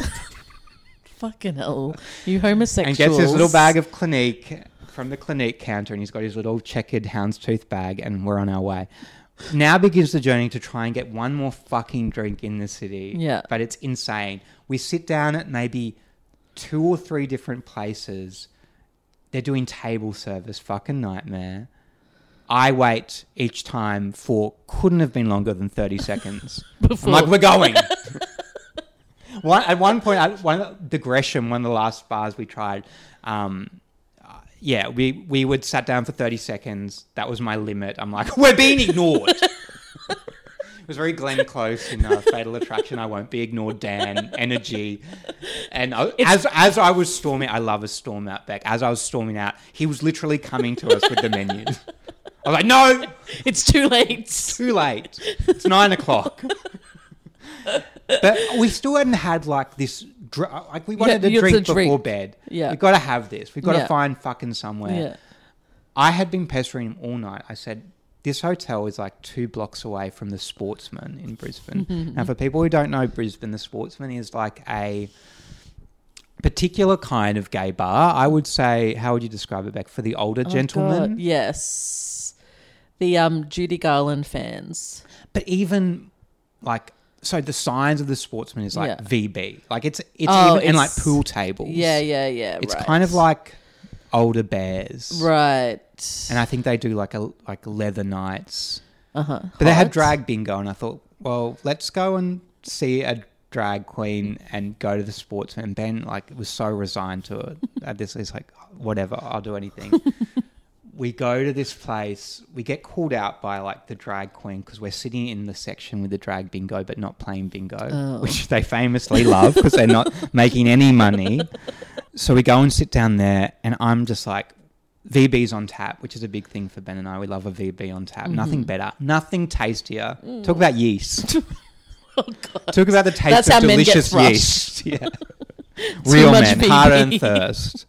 Fucking hell. You homosexuals. and gets his little bag of Clinique from the Clinique counter, and he's got his little checkered houndstooth bag, and we're on our way. Now begins the journey to try and get one more fucking drink in the city. Yeah. But it's insane. We sit down at maybe two or three different places. They're doing table service, fucking nightmare. I wait each time for couldn't have been longer than 30 seconds. Before- I'm like, we're going. one, at one point, at one of the- the Gresham, one of the last bars we tried, um, uh, yeah, we, we would sat down for 30 seconds. That was my limit. I'm like, we're being ignored. it was very Glenn Close in uh, Fatal Attraction. I won't be ignored, Dan. Energy. And I, as, as I was storming, I love a storm out back. As I was storming out, he was literally coming to us with the menus. I was like, no, It's too late. too late. It's nine o'clock. but we still hadn't had like this. Dr- like we wanted you a had drink to before drink. bed. Yeah. we've got to have this. We've got Yeah. to find fucking somewhere. Yeah. I had been pestering him all night. I said, "This hotel is like two blocks away from the Sportsman in Brisbane." now, for people who don't know Brisbane, the Sportsman is like a particular kind of gay bar. I would say, how would you describe it, Beck? For the older Oh, gentlemen, God, Oh Yes. the um, Judy Garland fans. But even like so, the signs of the sportsman is like Yeah. VB. Like it's it's Oh, even, and like it's- pool tables. Yeah, yeah, yeah. It's right. kind of like older bears, right. and I think they do like a like leather nights. Uh huh. But they had drag bingo, and I thought, well, let's go and see a drag queen and go to the sportsman. And Ben like was so resigned to it. At this, he's like, whatever, I'll do anything. we go to this place. We get called out by like the drag queen because we're sitting in the section with the drag bingo, but not playing bingo, Oh. which they famously love because they're not making any money. So we go and sit down there, and I'm just like, VB's on tap, which is a big thing for Ben and I. We love a VB on Mm-hmm. tap. Nothing better, nothing tastier. Talk about yeast. Talk about the taste Oh, That's of how men get delicious thrust. yeast. Yeah. Real much men, hard VB. earned thirst.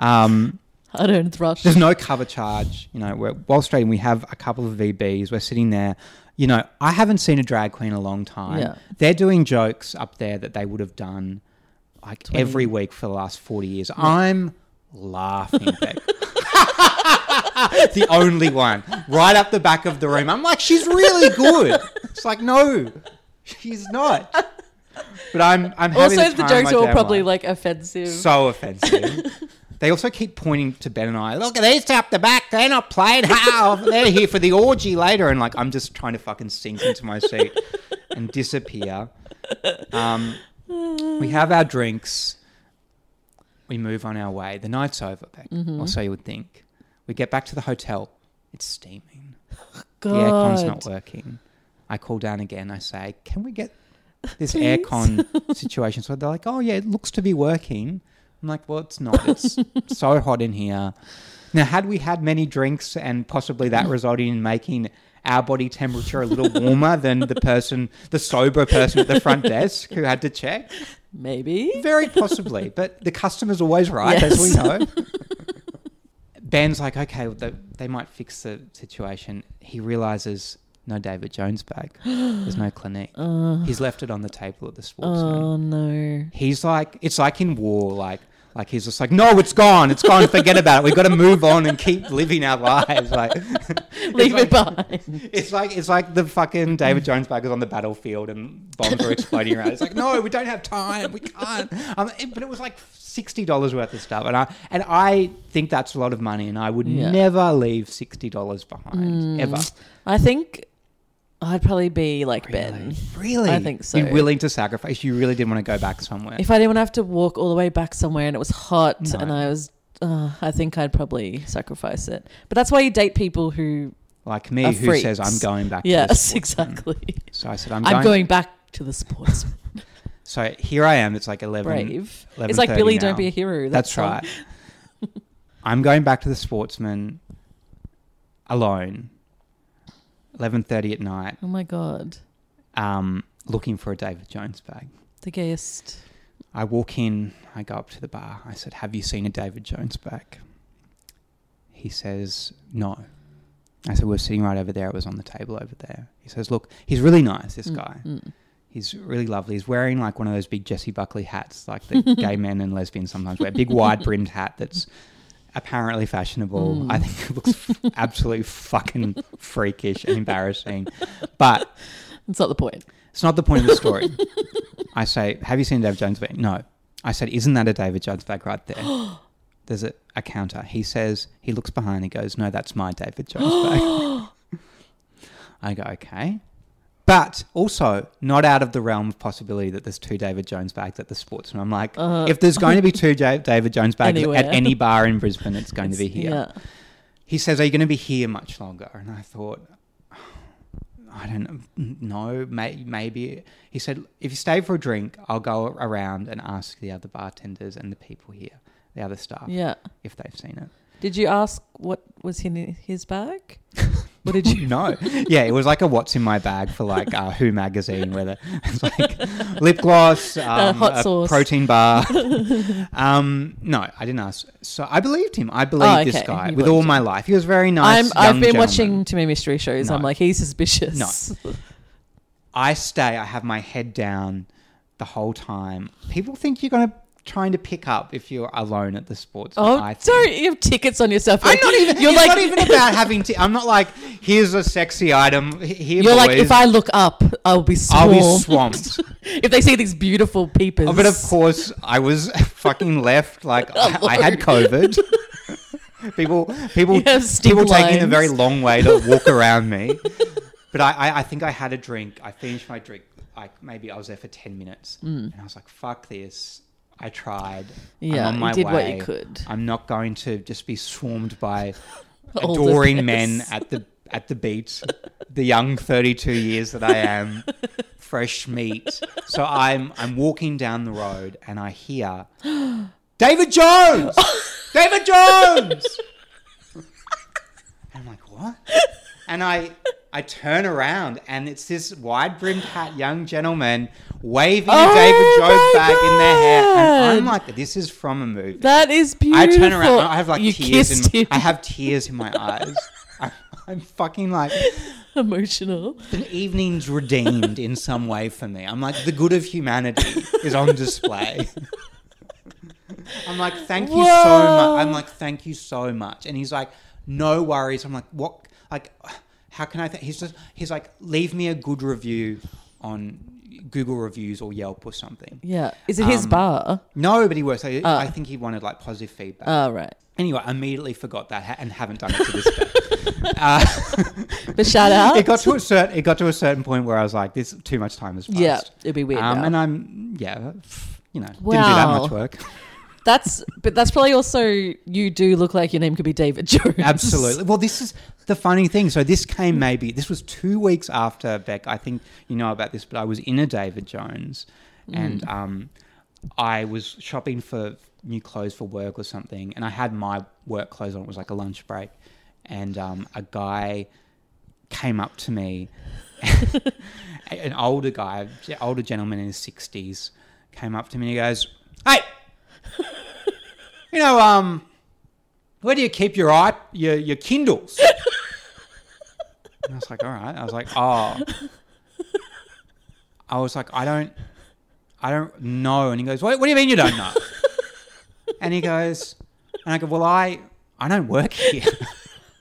Um, I don't thrush. there's no cover charge. You know, we're Wall Street and we have a couple of VBs. We're sitting there. You know, I haven't seen a drag queen in a long time. Yeah. They're doing jokes up there that they would have done like 20. every week for the last 40 years. I'm laughing, Beck. the only one. Right up the back of the room. I'm like, she's really good. It's like, no, she's not. But I'm, I'm having Also, the, the, time jokes I are all damn probably like like offensive. so offensive. they also keep pointing to Ben and I. Look at these two up the back. They're not playing half. They're here for the orgy later. And like, I'm just trying to fucking sink into my seat and disappear. Um, we have our drinks. We move on our way. The night's over, Beck, or so you would think. We get back to the hotel. It's steaming. God. The aircon's not working. I call down again. I say, "Can we get this Please." aircon situation?" So they're like, "Oh yeah, it looks to be working." I'm like, "Well, it's not. It's so hot in here." Now, had we had many drinks and possibly that resulting in making our body temperature a little warmer than the person, the sober person at the front desk who had to check, Maybe. very possibly, but the customer's always right, as we Yes. know. Ben's like, okay, well, they, they might fix the situation. He realizes no David Jones bag. There's no Clinique. Uh. He's left it on the table at the sportsman. Oh no. He's like, it's like in war, like, like he's just like, no, it's gone, it's gone. Forget about it. We've got to move on and keep living our lives. Like, Leave like- it behind. it's like it's like the fucking David Jones bag is on the battlefield and bombs are exploding around. It's like no, we don't have time, we can't. Um, it- but it was like sixty dollars worth of stuff, and I and I think that's a lot of money, and I would Yeah. Mm, never leave sixty dollars behind ever. I think I'd probably be like Ben. Really? really, I think so. You're willing to sacrifice. You really didn't want to go back somewhere. If I didn't want to have to walk all the way back somewhere and it was hot No. and I was, uh, I think I'd probably sacrifice it. But that's why you date people who. like me, A who freaks. says I'm going back. to the yes, sportsman." exactly. So I said I'm going. I'm going back to the sports. So here I am. It's like eleven. Brave. It's like Billy, now. don't be a hero. that That's song. right. I'm going back to the sportsman alone. Eleven thirty at night, Oh my god, um, looking for a David Jones bag. the gayest. I walk in, I go up to the bar, I said, Have you seen a David Jones bag? He says, No. I said, We're sitting right over there, it was on the table over there. He says, Look, he's really nice, Mm, this guy. He's really lovely. He's wearing like one of those big Jesse Buckley hats, like that gay men and lesbians sometimes wear. Big wide brimmed hat that's apparently fashionable. I think it looks absolutely fucking freakish and embarrassing. But That's not the point. it's not the point of the story. I say, have you seen David Jones bag? No. I said, isn't that a David Jones bag right there? There's a, a counter. He says, he looks behind and goes, no, that's my David Jones bag. I go, okay. But also, not out of the realm of possibility that there's two David Jones bags at the sportsman. I'm like, Uh, if there's going to be two Ja- David Jones bags at Anywhere. any bar in Brisbane, it's going It's- to be here Yeah. he says, "Are you going to be here much longer?" And I thought, I don't know, may, maybe. He said, "If you stay for a drink, I'll go around and ask the other bartenders and the people here, the other staff, Yeah. if they've seen it." Did you ask what was in his bag? What did you? No, yeah, it was like a "What's in my bag" for like uh, Who magazine, where the, it's like lip gloss, um, Uh, hot a sauce. protein bar. um, no, I didn't ask. So I believed him. I believed this Oh, okay. guy You with all believed my life. He was very nice. I'm, I've young been gentleman. watching too many mystery shows. I'm No. like, he's suspicious. No. I stay, I have my head down the whole time. People think you're going to trying to pick up if you're alone at the sports. Oh, I think. sorry, you have tickets on yourself. I'm not even. You're it's like, not even about having. i I'm not like. Here's a sexy item. h- Here, You're like, boys." if I look up, I'll be swamped. I'll be swamped. if they see these beautiful peepers. Oh, but of course, I was fucking left. Like I, I had COVID. people, people, You have stink people taking a lines. very long way to walk around me. But I, I, I think I had a drink. I finished my drink. Like maybe I was there for ten minutes, Hmm. and I was like, "Fuck this." I tried. Yeah, I'm on you my did way. what you could. I'm not going to just be swarmed by All the adoring men best. at the at the beach, the young 32 years that I am, fresh meat. So I'm I'm walking down the road and I hear David Jones, David Jones. And I'm like, what? And I I turn around and it's this wide brimmed hat young gentleman waving Oh a David Jones my bag in their hair. And I'm God. like, this is from a movie. That is I beautiful. turn around. I have like you tears. kissed In, him. I have tears in my eyes. I, I'm fucking like emotional. an evening's redeemed in some way for me. I'm like the good of humanity is on display. I'm like thank you so Whoa. much. I'm like thank you so much. And he's like no worries. I'm like what like how can I? Th-? He's just he's like leave me a good review on Google reviews or Yelp or something. Yeah. Is it his Um, bar? No, but he works. I, I Uh. think he wanted like positive feedback. Oh, right. Anyway, I immediately forgot that ha- and haven't done it to this day. uh, But shout out. it got to a certain it got to a certain point where I was like, "This too much time has passed." Yeah, it'd be weird Um, now. and I'm yeah, you know, didn't do that Wow. much work. that's but that's probably also you do look like your name could be David Jones. Absolutely. Well, this is the funny thing. So this came maybe this was two weeks after Beck. I think you know about this, but I was in a David Jones, and um, I was shopping for new clothes for work or something, and I had my work clothes on. It was like a lunch break, and um, a guy came up to me, an older guy, older gentleman in his sixties, came up to me and he goes, "Hey." You know, um, where do you keep your i your your Kindles? and I was like, all right. I was like, oh. I was like, I don't, I don't know. And he goes, what, what do you mean you don't know? and he goes, and I go, well, I, I don't work here.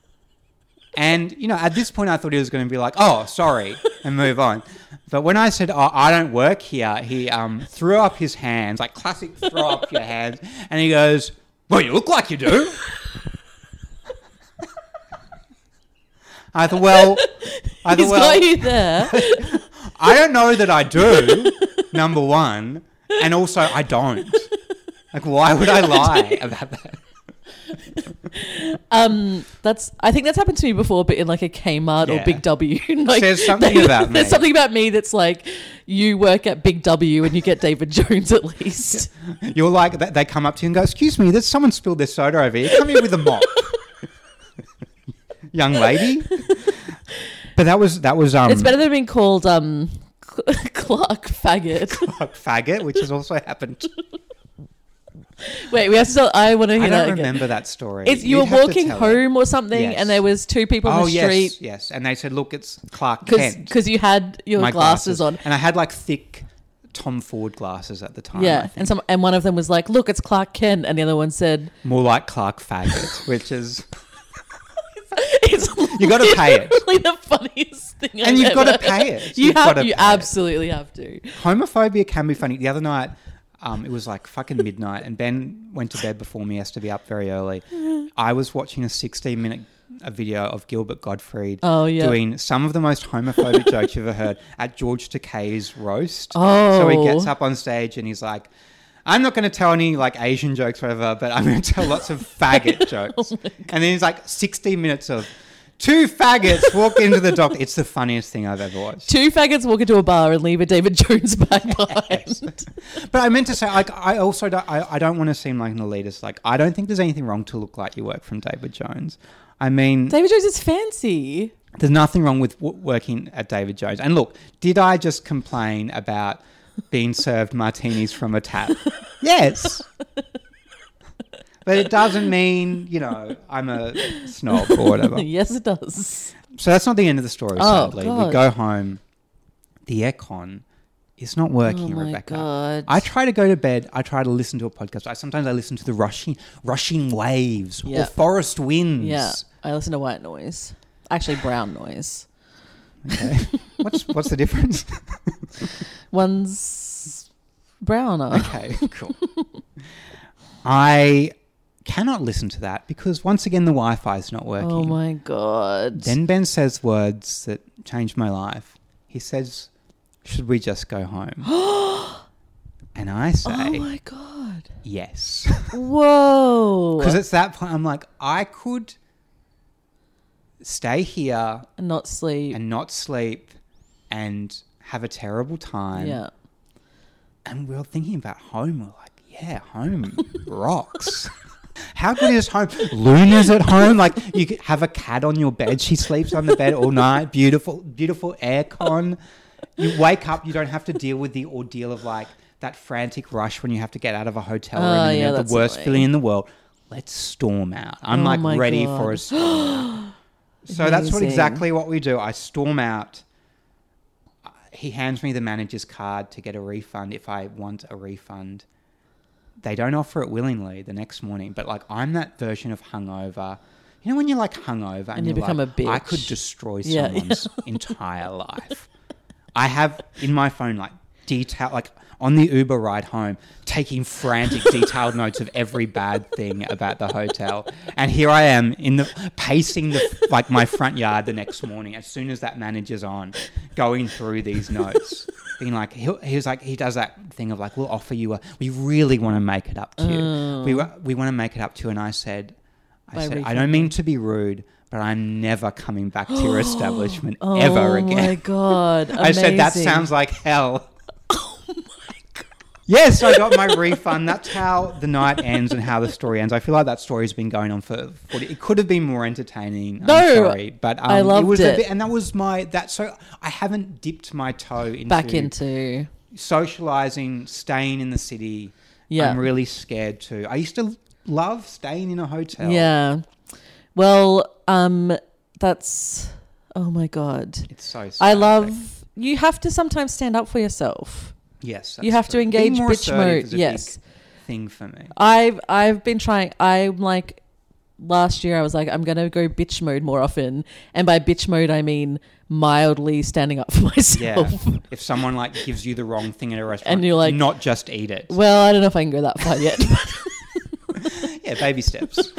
and you know, at this point, I thought he was going to be like, oh, sorry, and move on. But when I said, oh, I don't work here, he um, threw up his hands, like classic throw up your hands, and he goes, well, you look like you do. I thought, well, I thought, He's well, got you there. I don't know that I do, number one. And also, I don't. Like, why would I lie about that? Um, that's. I think that's happened to me before, but in like a Kmart Yeah. or Big W. like, Says something about There's me. something about me that's like you work at Big W and you get David Jones at least. You're like, they- they come up to you and go, Excuse me, there's someone spilled their soda over here. Come here with a mop. Young lady. But that was, that was, um, It's better than being called um, Clark faggot. faggot, which has also happened. Wait, we have to. Tell, I want to hear I that don't again. remember that story. It's, you You'd were have to walking tell it. home or something, Yes. and there was two people on Oh, the yes, street yes. And they said, Look, it's Clark because Kent. you had your My glasses, on. And I had like thick Tom Ford glasses at the time. I Yeah, think. and some and one of them was like, "Look, it's Clark Kent," and the other one said, More like Clark Faggot, which is "It's You gotta pay it. literally the funniest thing." And I've you've gotta ever- pay it. You You've have. gotta You pay it. absolutely have to. homophobia can be funny. The other night, um, it was like fucking midnight, and Ben went to bed before me. Has to be up very early. I was watching a sixteen-minute a video of Gilbert Gottfried Oh, yeah. doing some of the most homophobic jokes you've ever heard at George Takei's roast. So he Oh. gets up on stage and he's like. I'm not going to tell any like Asian jokes, or whatever, but I'm going to tell lots of Oh faggot jokes. and then he's like 16 minutes of two faggots walk into the doctor. It's the funniest thing I've ever watched. Two faggots walk into a bar and leave a David Jones bag behind. But I meant to say, like, I also don't, I, I don't want to seem like an elitist. Like, I don't think there's anything wrong to look like you work from David Jones. I mean, David Jones is fancy. there's nothing wrong with w- working at David Jones. And look, did I just complain about being served martinis from a tap? Yes. But it doesn't mean, you know, I'm a snob or whatever. yes, it does. So that's not the end of the story, Oh, sadly. We God. go home. The aircon It's not working, Oh my Rebecca. God. I try to go to bed. I try to listen to a podcast. I sometimes I listen to the rushing rushing waves Yeah. or forest winds. Yeah, I listen to white noise. Actually, brown noise. Okay. what's what's the difference? One's browner. Okay, cool. I cannot listen to that because once again the Wi-Fi is not working. Oh my god. Then Ben says words that changed my life. He says, "Should we just go home?" and I say, oh my god. "Yes," Whoa. because it's that point. I'm like, I could stay here Not sleep. and not sleep and have a terrible time. yeah. And we were thinking about home. We're like, yeah, home rocks. How good is home? Luna's at home. Like you could have a cat on your bed. She sleeps on the bed all night. Beautiful, beautiful aircon. You wake up. You don't have to deal with the ordeal of like that frantic rush when you have to get out of a hotel room. Oh, and you yeah, have that's the worst annoying. feeling in the world. Let's storm out. I'm Oh my like ready for a God. storm. out. so that's what Amazing. exactly what we do. I storm out he hands me the manager's card to get a refund if I want a refund. They don't offer it willingly the next morning, but like I'm that version of hungover. You know when you're like hungover and, And you you're become like, a bitch. I could destroy Yeah, yeah. someone's entire life. I have in my phone like detail like on the Uber ride home, taking frantic detailed notes of every bad thing about the hotel. And here I am in the pacing the like my front yard the next morning as soon as that manager's on, going through these notes. Being like he, he was like he does that thing of like we'll offer you a we really want to make it up to you. We wa- we want to make it up to you and I said I By said I don't mean to be rude, but I'm never coming back to your establishment ever oh my again. god. I said that Amazing. Oh sounds like hell. Yes, I got my refund. That's how the night ends and how the story ends. I feel like that story's been going on for 40. It could have been more entertaining. I'm No, sorry, but um, I loved it was a it. bit, and that was my that. So I haven't dipped my toe into back into socializing, staying in the city. Yeah. I'm really scared too. I used to love staying in a hotel. Yeah. Well, um that's oh my god. it's so. I sad. love you have to sometimes stand up for yourself. Yes, you that's have to true. Being engage more bitch assertive mode, is a big yes. thing for me. I've I've been trying. I'm like last year. I was like, I'm gonna go bitch mode more often, and by bitch mode I mean mildly standing up for Yeah. myself. if someone like gives you the wrong thing at a restaurant, And you're like- not just eat it. Well, I don't know if I can go that far yet. yeah, baby steps.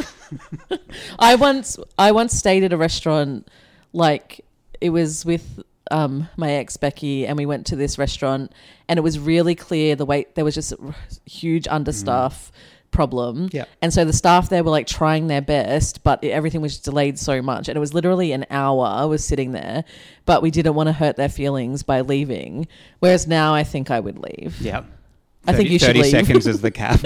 I once I once stayed at a restaurant like it was with um, my ex Becky and we went to this restaurant and it was really clear the wait there was just a r- huge understaff Mm-hmm. problem Yeah. and so the staff there were like trying their best but it- everything was delayed so much and it was literally an hour I was sitting there but we didn't want to hurt their feelings by leaving whereas now I think I would leave Yeah. I think you should 30 leave. seconds is the cap,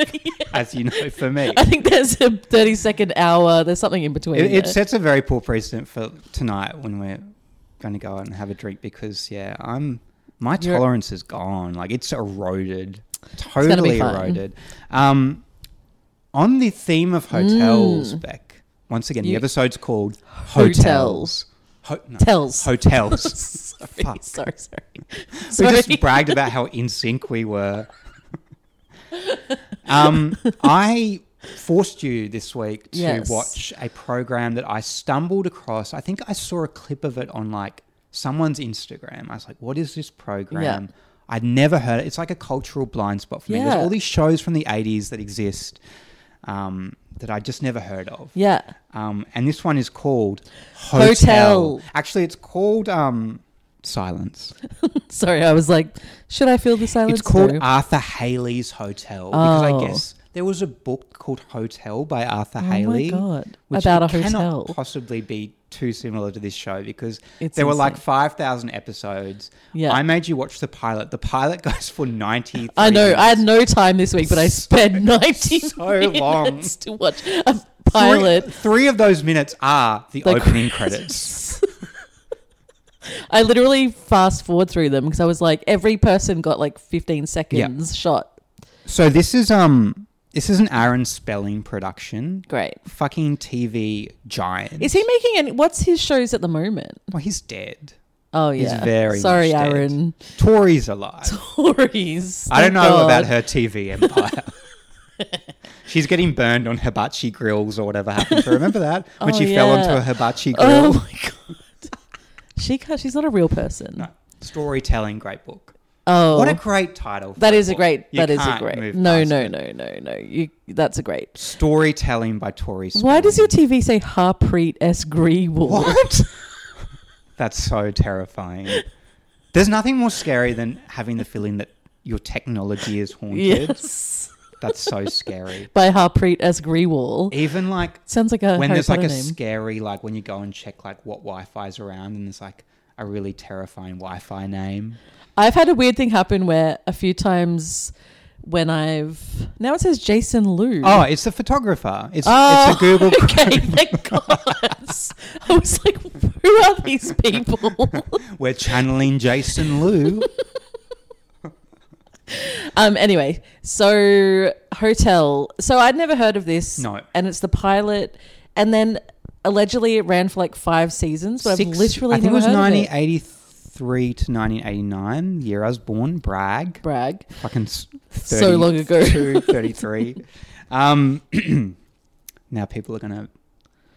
as you know, for me. I think there's a 30 second hour there's something in between It, there. it sets a very poor precedent for tonight when we're going to go out and have a drink because, yeah, I'm my You're- tolerance is gone. Like it's eroded, be totally fun. eroded. Um, on the theme of hotels, Beck. Once again, the Mm. You- episode's called Hotels. hotels. Ho- no, Tells. hotels. sorry, Fuck. sorry, sorry. We sorry. just bragged about how in sync we were. um, I forced you this week to Yes. watch a program that I stumbled across. I think I saw a clip of it on like someone's Instagram. I was like, "What is this program?" I'd never heard it. It's like a cultural blind spot for me. Yeah. There's all these shows from the '80s that exist um, that I just never heard of. yeah. Um, and this one is called Hotel. Hotel. Actually, it's called um, Silence. Sorry, I was like, should I feel the silence? It's called No. Arthur Haley's Hotel because I Oh. guess there was a book called Hotel by Arthur my Haley. God. which About it a hotel. cannot possibly be too similar to this show because It's there were like insane. five thousand episodes. Yeah. I made you watch the pilot. The pilot goes for ninety. I know. I had no time this week, but I spent 90 so minutes long. to watch a pilot. Three, three of those minutes are the, The opening credits. credits. I literally fast forward through them because I was like, every person got like 15 seconds shot. So this is um this is an Aaron Spelling production. Great. Fucking TV giant. Is he making any? What's his shows at the moment? Well, he's dead. Oh He's yeah. very sorry, much dead. Aaron. Tory's alive. Tories. I don't know Thank God. about her TV empire. She's getting burned on hibachi grills or whatever happened to her. Remember that? When Oh, she fell yeah. onto a hibachi grill. Oh my god. She can't, she's not a real person. No. Storytelling, great book. Oh. What a great title. for that is a book. great. You that is a can't great. move No, past no, it. no, no, no. You. That's a great. Storytelling by Tori Spelling. Why does your TV say Harpreet S. Grewal? What? That's so terrifying. There's nothing more scary than having the feeling that your technology is haunted. Yes. That's so scary. By Harpreet S. Grewal. Even like Sounds like a when Uh, Harry there's like Potter a name. scary like when you go and check like what Wi-Fi's around and there's like a really terrifying Wi-Fi name. I've had a weird thing happen where a few times when I've now it says Jason Liu. Oh, it's the photographer. It's Oh, it's a Google. Okay, thank God. I was like, who are these people? We're channeling Jason Liu. um. Anyway, so hotel. So I'd never heard of this. No. And it's the pilot, and then allegedly it ran for like five seasons, but I've Six- literally I think never it was heard of it. 1983 to 1989, the year I was born. Brag. Brag. fucking s- 30, So long ago. 33 um now people are gonna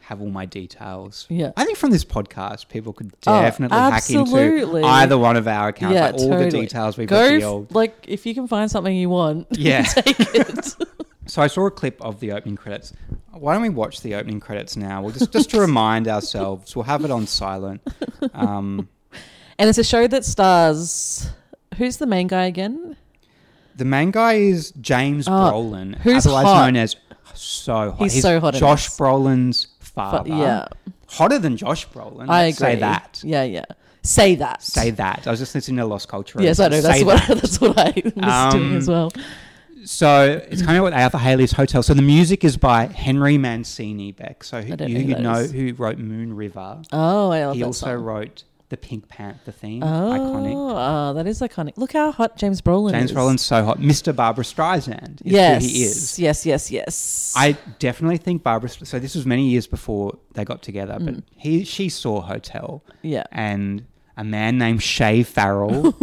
have all my details Yeah. i think from this podcast people could Oh, definitely hack absolutely. into either one of our accounts like all the totally. details we've Go f- revealed like if you can find something you want, Yeah. take it. so i saw a clip of the opening credits why don't we watch the opening credits now we'll just just to remind ourselves we'll have it on silent um And it's a show that stars who's the main guy again? the main guy is james Oh, brolin who's otherwise hot? known as so hot He's so hot in josh this. brolin's Fu- father yeah, hotter than Josh Brolin. I agree. Mm, Say that. Yeah, yeah. Say that. Say that. I was just listening to Lost Culture. Yes, I know. That's Say what that. that's what I was doing Um, as well. So it's coming out with Arthur Haley's Hotel. So the music is by Henry Mancini Beck. So who, I don't you, know who you that know is. who wrote Moon River. Oh, I love he that also song. wrote the Pink Panther theme. oh, Iconic. ah, that is iconic. Look how hot James Brolin is. James Brolin's so hot. Mr. Barbara Streisand is Yes, who he is. yes, yes, yes. I definitely think Barbara. Stre- So this was many years before they got together, Mm. but he she saw Hotel yeah. and a man named Shay Farrell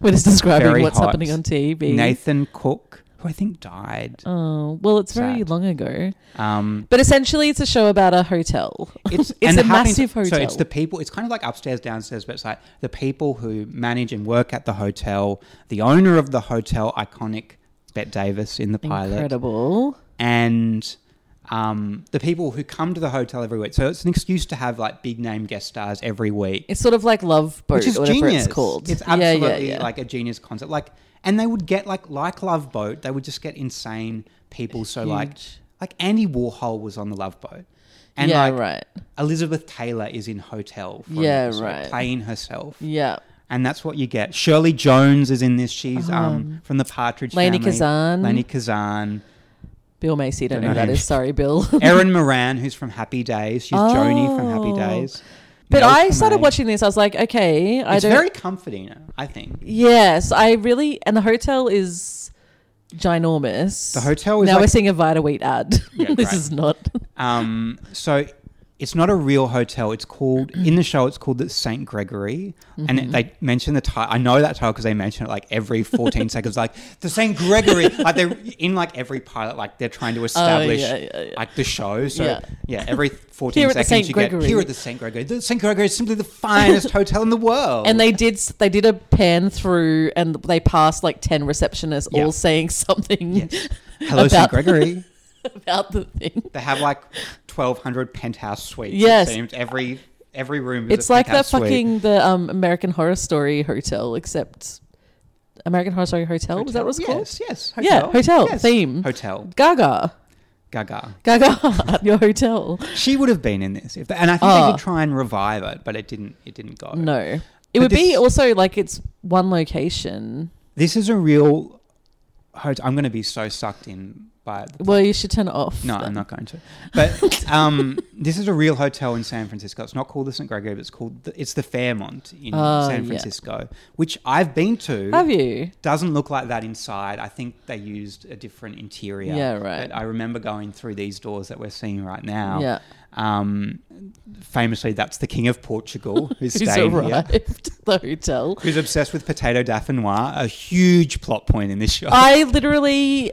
We're just describing very what's hot. happening on TV. Nathan Cook, who I think died. Oh well, it's very Sad. long ago. Um, But essentially, it's a show about a hotel. it's It's and a it happens- massive hotel. So it's the people. It's kind of like upstairs, downstairs, but it's like the people who manage and work at the hotel, the owner of the hotel, iconic Bet Davis in the pilot, Incredible. and um, the people who come to the hotel every week. So it's an excuse to have like big name guest stars every week. It's sort of like Love Boat, which is or whatever genius. it's called. It's Yeah, yeah, absolutely yeah. like a genius concept. Like, and they would get like like Love Boat. They would just get insane people. So like, Huge. like Andy Warhol was on the Love Boat, and yeah, like right. Elizabeth Taylor is in Hotel. For an Yeah, episode, right. Playing herself, Yeah. and that's what you get. Shirley Jones is in this. She's um, from the Partridge Uh-huh. Lainey Family. Kazan. Lainey Kazan. Bill Macy, don't know Don't who know that him. is. Sorry, Bill. Erin Moran, who's from Happy Days. She's Joni from Happy Oh. Days. but Mel I started Torme. watching this. I was like, okay, I It's don't. very comforting, I think. yes, I really. And the hotel is ginormous. The hotel is Now like- we're seeing a Vita Wheat ad. Yeah, this great. is not. Um, so it's not a real hotel. It's called in the show. It's called the Saint Gregory, and Mm-hmm. it, they mention the title. I know that title because they mention it like every fourteen seconds. Like the Saint Gregory, like they're in like every pilot. Like they're trying to establish Oh, yeah, yeah, yeah. like the show. So Yeah. yeah, every fourteen Here at the seconds Saint you Gregory. get here at the Saint Gregory. The Saint Gregory is simply the finest hotel in the world. And they did. s- They did a pan through, and they passed like ten receptionists, Yeah. all saying something Yes. hello Saint about- Gregory. about the thing. They have like twelve hundred penthouse suites. it Yes. seems. every every room. Is It's a like that penthouse suite. fucking the um, American Horror Story hotel, except American Horror Story Hotel. Was Oh, that what it's Hotel? called? Yes, yes. Yeah, hotel theme. Hotel. Gaga, Gaga. Gaga, at your hotel. She would have been in this, if and I think Oh. they did try and revive it, but it didn't. It didn't go. No, it But would be this- also like it's one location. This is a real. Hotel. I'm going to be so sucked in by the Well, you should turn it off. No, then. I'm not going to. But um, this is a real hotel in San Francisco. It's not called the St. Gregory, but it's called the, it's the Fairmont in Oh, San yeah. Francisco, which I've been to. Have you? Doesn't look like that inside. I think they used a different interior. Yeah, right. But I remember going through these doors that we're seeing right now. Yeah. Um, famously, that's the King of Portugal who's Who's staying here. arrived at the hotel? Who's obsessed with potato daffinois, a huge plot point in this show. I literally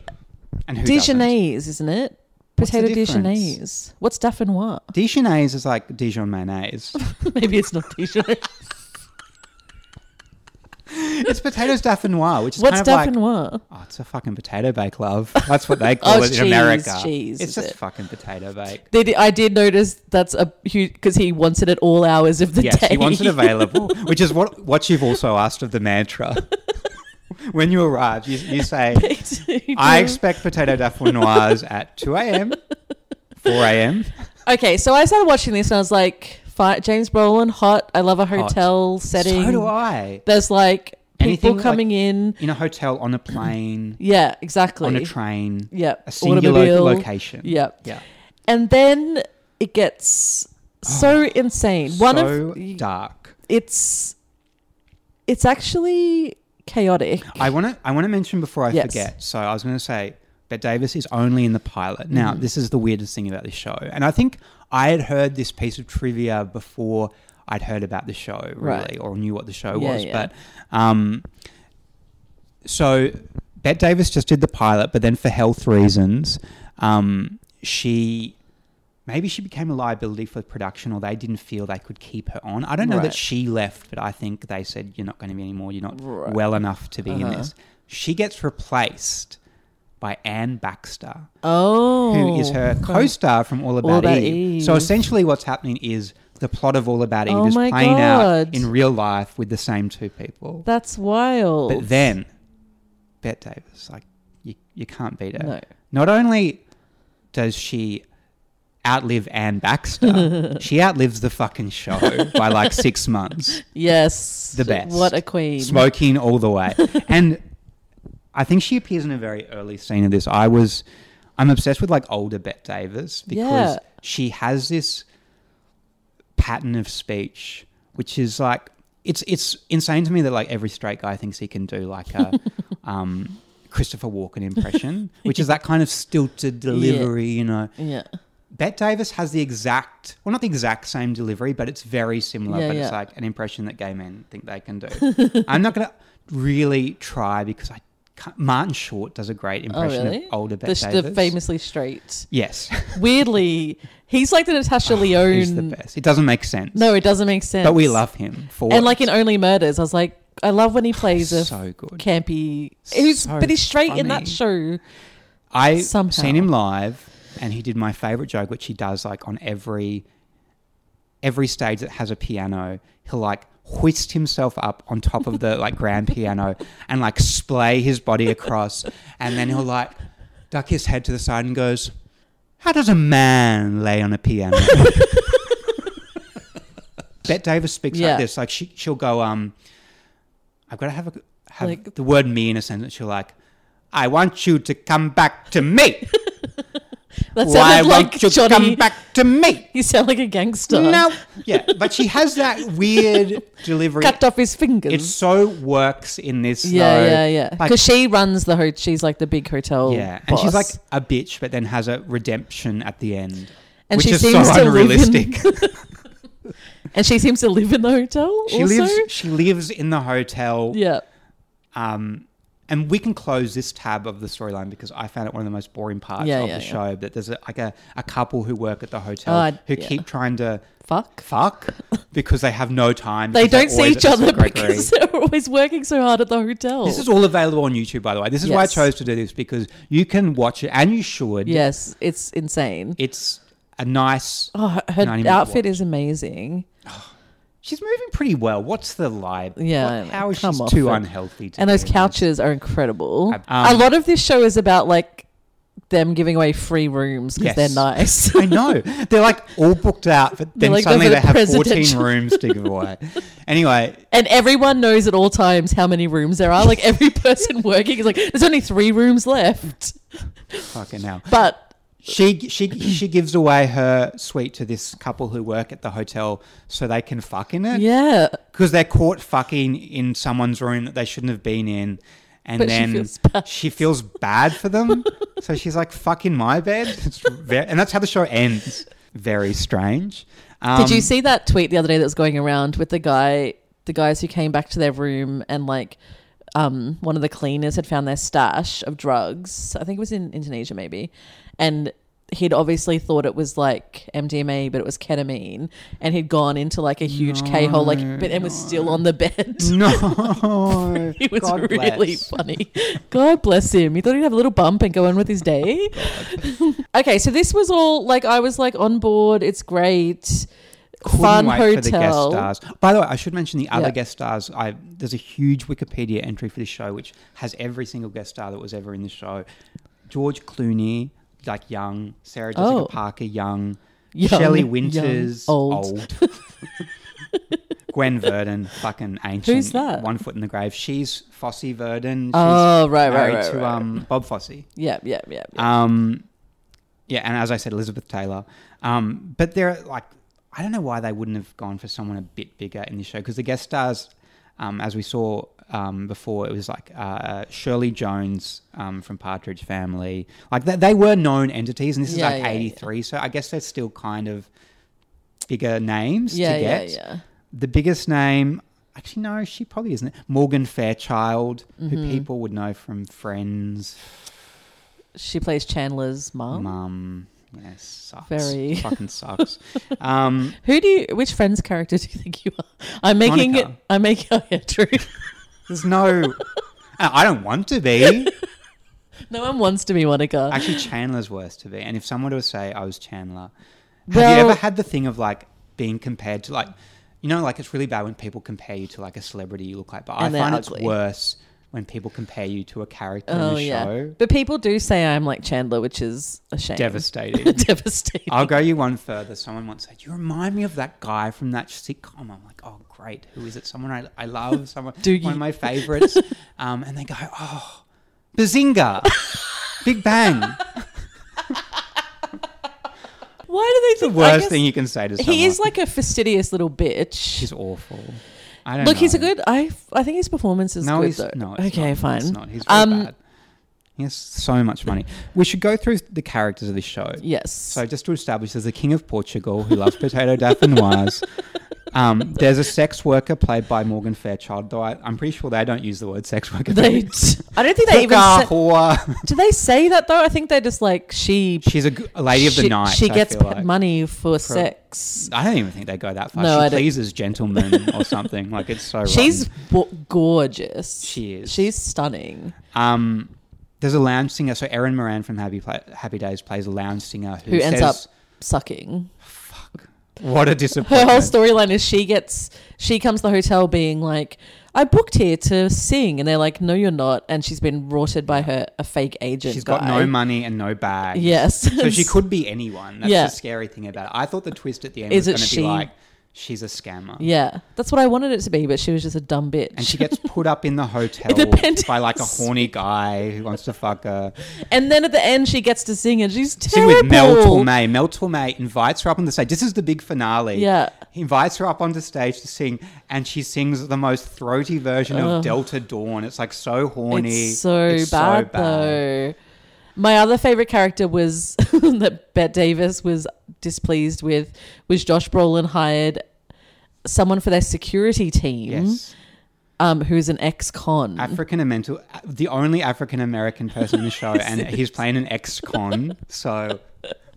and who doesn't? Dijonnaise, isn't it? What's the Potato difference? Dijonnaise. What's Daffinois? Dijonnaise is like Dijon mayonnaise. Maybe it's not Dijonnaise. it's potatoes daffinois, which is What's kind of like Daffinois? Oh, it's a fucking potato bake, love. That's what they call Oh, it it's in cheese, America. cheese, it's is just it? fucking potato bake. They did- I did notice that's a huge because he wants it at all hours of the yes, day. he wants it available, which is what what you've also asked of the mantra. when you arrive, you, you say, "I expect potato daffinois at two a.m., four a.m." okay, so I started watching this and I was like, fi- James Brolin, hot. I love a hotel setting. So do I. There's like people Anything like- coming in. In a hotel, on a plane, Yeah, exactly. on a train. Yeah, A singular automobile. location. Yeah, Yeah. and then it gets so insane. One Ah, so of y- dark. it's it's actually chaotic. I want to. I want to mention before I Yes. forget. So I was going to say that Davis is only in the pilot. Now Mm. this is the weirdest thing about this show, and I think I had heard this piece of trivia before I'd heard about the show, really, Right. or knew what the show Yeah, was. yeah. But um, so Bette Davis just did the pilot, but then for health reasons, um, she. Maybe she became a liability for production, or they didn't feel they could keep her on. I don't know Right. that she left, but I think they said you're not going to be anymore. You're not Right. well enough to be in Uh-huh. this. She gets replaced by Anne Baxter, Oh, who is her co-star from All About, About Eve. So Eve. essentially, what's happening is the plot of All About Eve Oh is my playing out God. in real life with the same two people. That's wild. but then, Bette Davis, like you, you can't beat her. No. Not only does she outlive Anne Baxter, she outlives the fucking show by like six months. yes, The best. What a queen. smoking all the way. and I think she appears in a very early scene of this. I was, I'm obsessed with like older Bette Davis because Yeah. she has this pattern of speech, which is like it's it's insane to me that like every straight guy thinks he can do like a. um, Christopher Walken impression, which is that kind of stilted delivery, you know. Yeah. Bette Davis has the exact, well, not the exact same delivery, but it's very similar. Yeah, but yeah. it's like an impression that gay men think they can do. I'm not going to really try because I can't, Martin Short does a great Oh, impression really? of older the, Bette sh- Davis. the famously straight. Yes, Weirdly, he's like the Natasha Ah, Leone. he's the best. It doesn't make sense. No, it doesn't make sense. but we love him for And like it. in Only Murders, I was like, I love when he plays a so good. campy. Who's So but he's straight in that funny. show. I Somehow. seen him live, and he did my favorite joke, which he does like on every every stage that has a piano. He'll like hoist himself up on top of the like grand piano and like splay his body across, and then he'll like duck his head to the side and goes, "How does a man lay on a piano?" Bette Davis speaks Yeah. like this. Like she, she'll go, um, I've got to have a have Like- the word me in a sentence. She'll like, I want you to come back to me. That Why sounded like won't you Johnny. come back to me? You sound like a gangster. No. Yeah, but she has that weird delivery. cut off his fingers. It so works in this. yeah, though. yeah, yeah. Like, Because she runs the hotel. She's like the big hotel. yeah, and she's like boss. a bitch, but then has a redemption at the end, And which she is so seems to live in- unrealistic. and she seems to live in the hotel. she also. lives. She lives in the hotel. Yeah. Um, and we can close this tab of the storyline because I found it one of the most boring parts Yeah, of yeah, the yeah. show. That there's a, like a, a couple who work at the hotel Oh, I- who yeah. keep trying to Fuck. fuck because they have no time. They because they're don't see always each at the other Gregory. because they're always working so hard at the hotel. This is all available on YouTube, by the way. This is why I Yes. chose to do this because you can watch it and you should. yes, it's insane. It's a nice. Oh, her 90 minute outfit watch. is amazing. She's moving pretty well. What's the lie? Yeah, What- I know. how is Come she off too it. unhealthy? To and be those in this? couches are incredible. Um, a lot of this show is about like them giving away free rooms because they're Yes. nice. I know. They're like all booked out, but They're then like, go suddenly for they the have 14 presidential- rooms to give away. anyway, and everyone knows at all times how many rooms there are. Like every person working is like, there's only three rooms left. fucking hell. But She she she gives away her suite to this couple who work at the hotel so they can fuck in it yeah, because they're caught fucking in someone's room that they shouldn't have been in, and But she then feels bad. she feels bad for them. so she's like, "Fuck in my bed," it's ve- and that's how the show ends. Very strange. Um, did you see that tweet the other day that was going around with the guy, the guys who came back to their room and like, um, one of the cleaners had found their stash of drugs. I think it was in Indonesia, maybe, and he'd obviously thought it was like MDMA, but it was ketamine, and he'd gone into like a huge K hole, like, but and was still on the bed. No, He was God really bless. funny. God bless him. He thought he'd have a little bump and go on with his day. Oh, okay, so this was all like I was like on board. It's great. Couldn't Fun wait hotel. for the guest stars. By the way, I should mention the other Yeah. guest stars. I there's a huge Wikipedia entry for this show which has every single guest star that was ever in the show. George Clooney, like young, Sarah Jessica Oh. Parker, young, Young, Shelley young, Winters, old. old. Gwen Verdon, fucking ancient. Who's that? One foot in the grave. She's Fossey Verdon. She's Oh, right, right, married right, to right. um, Bob Fosse. Yeah, yeah, yeah. yeah. Um, yeah, and as I said, Elizabeth Taylor. Um, but they're like, I don't know why they wouldn't have gone for someone a bit bigger in this show because the guest stars, um, as we saw um, before, it was like uh, Shirley Jones um, from Partridge Family. Like they, they were known entities, and this is Yeah, like yeah, yeah. '83, so I guess they're still kind of bigger names yeah, to yeah, get. yeah. The biggest name, actually, no, she probably isn't. Morgan Fairchild, who Mm-hmm. people would know from Friends. She plays Chandler's mom. Mum. Yeah, sucks. Very. fucking sucks. Um, Who do you? Which Friends character do you think you are? I'm making it. Monica. I'm making. Oh yeah, true. there's no. I I don't want to be. no one wants to be Monica. Actually, Chandler's worse to be. And if someone were to say I was Chandler, have you Well- ever had the thing of like being compared to like, you know, like it's really bad when people compare you to like a celebrity you look like, but I And they're find it's ugly. worse when people compare you to a character in oh the yeah. show. But people do say I'm like Chandler, which is a shame. Devastating. Devastating. I'll go you one further. Someone once said, "You remind me of that guy from that sitcom." I'm like, "Oh, great! Who is it? Someone I, I love. Someone Do one you- of my favorites." um, and they go, "Oh, Bazinga, Big Bang." Why do they The think I worst guess- thing you can say to someone. He is like a fastidious little bitch. He's awful. I don't Look, he's a know. good. I I think his performance is No, good he's though. no. It's okay, not. fine. It's not. He's very Um, bad. He has so much money. We should go through the characters of this show. Yes. So just to establish, there's a king of Portugal who loves potato dauphinoise. Um, there's a sex worker played by Morgan Fairchild, though I, I'm pretty sure they don't use the word sex worker. they. I don't think they even. Hooker, Say, whore. do they say that though? I think they're just like she. She's a, g- a lady of the she, night. She I gets feel p- like. money for sex. I don't even think they go that far. No, she I don't- pleases gentlemen or something. Like it's so. She's rotten. w- gorgeous. She is. She's stunning. Um, there's a lounge singer. So Erin Moran from Happy Pla- Happy Days plays a lounge singer who, Who says, ends up sucking. "What a Her disappointment." whole storyline is she gets she comes to the hotel being like, I booked here to sing and they're like, No you're not and she's been rorted by her a fake agent. She's guy. got no money and no bag. Yes. So she could be anyone. That's Yeah. the scary thing about it. I thought the twist at the end Is was it going to she? be like, she's a scammer. Yeah. That's what I wanted it to be, but she was just a dumb bitch. And she gets put up in the hotel the penthouse. by like a horny guy who wants to fuck her. and then at the end she gets to sing and she's Sing terrible. with Mel Torme. Mel Torme invites her up on the stage. This is the big finale. Yeah. He invites her up onto stage to sing, and she sings the most throaty version of Delta Dawn. It's like so horny. It's so, bad, though. My other favorite character was that Bet Davis was displeased with was Josh Brolin hired someone for their security team Yes. um who's an ex-con. African and mental, the only African American person in the show, and he's playing an ex-con. So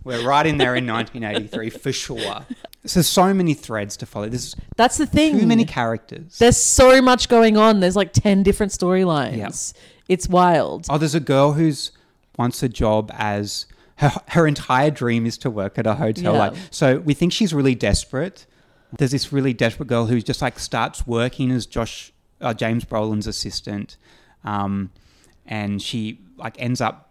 we're right in there in 1983 for sure. So so many threads to follow. There's That's the thing. too many characters. Hmm. There's so much going on. There's like 10 different storylines. It's wild. Oh, there's a girl who's wants a job as her her entire dream is to work at a hotel. Yeah. Like, so we think she's really desperate. There's this really desperate girl who just like starts working as Josh uh, James Brolin's assistant, um, and she like ends up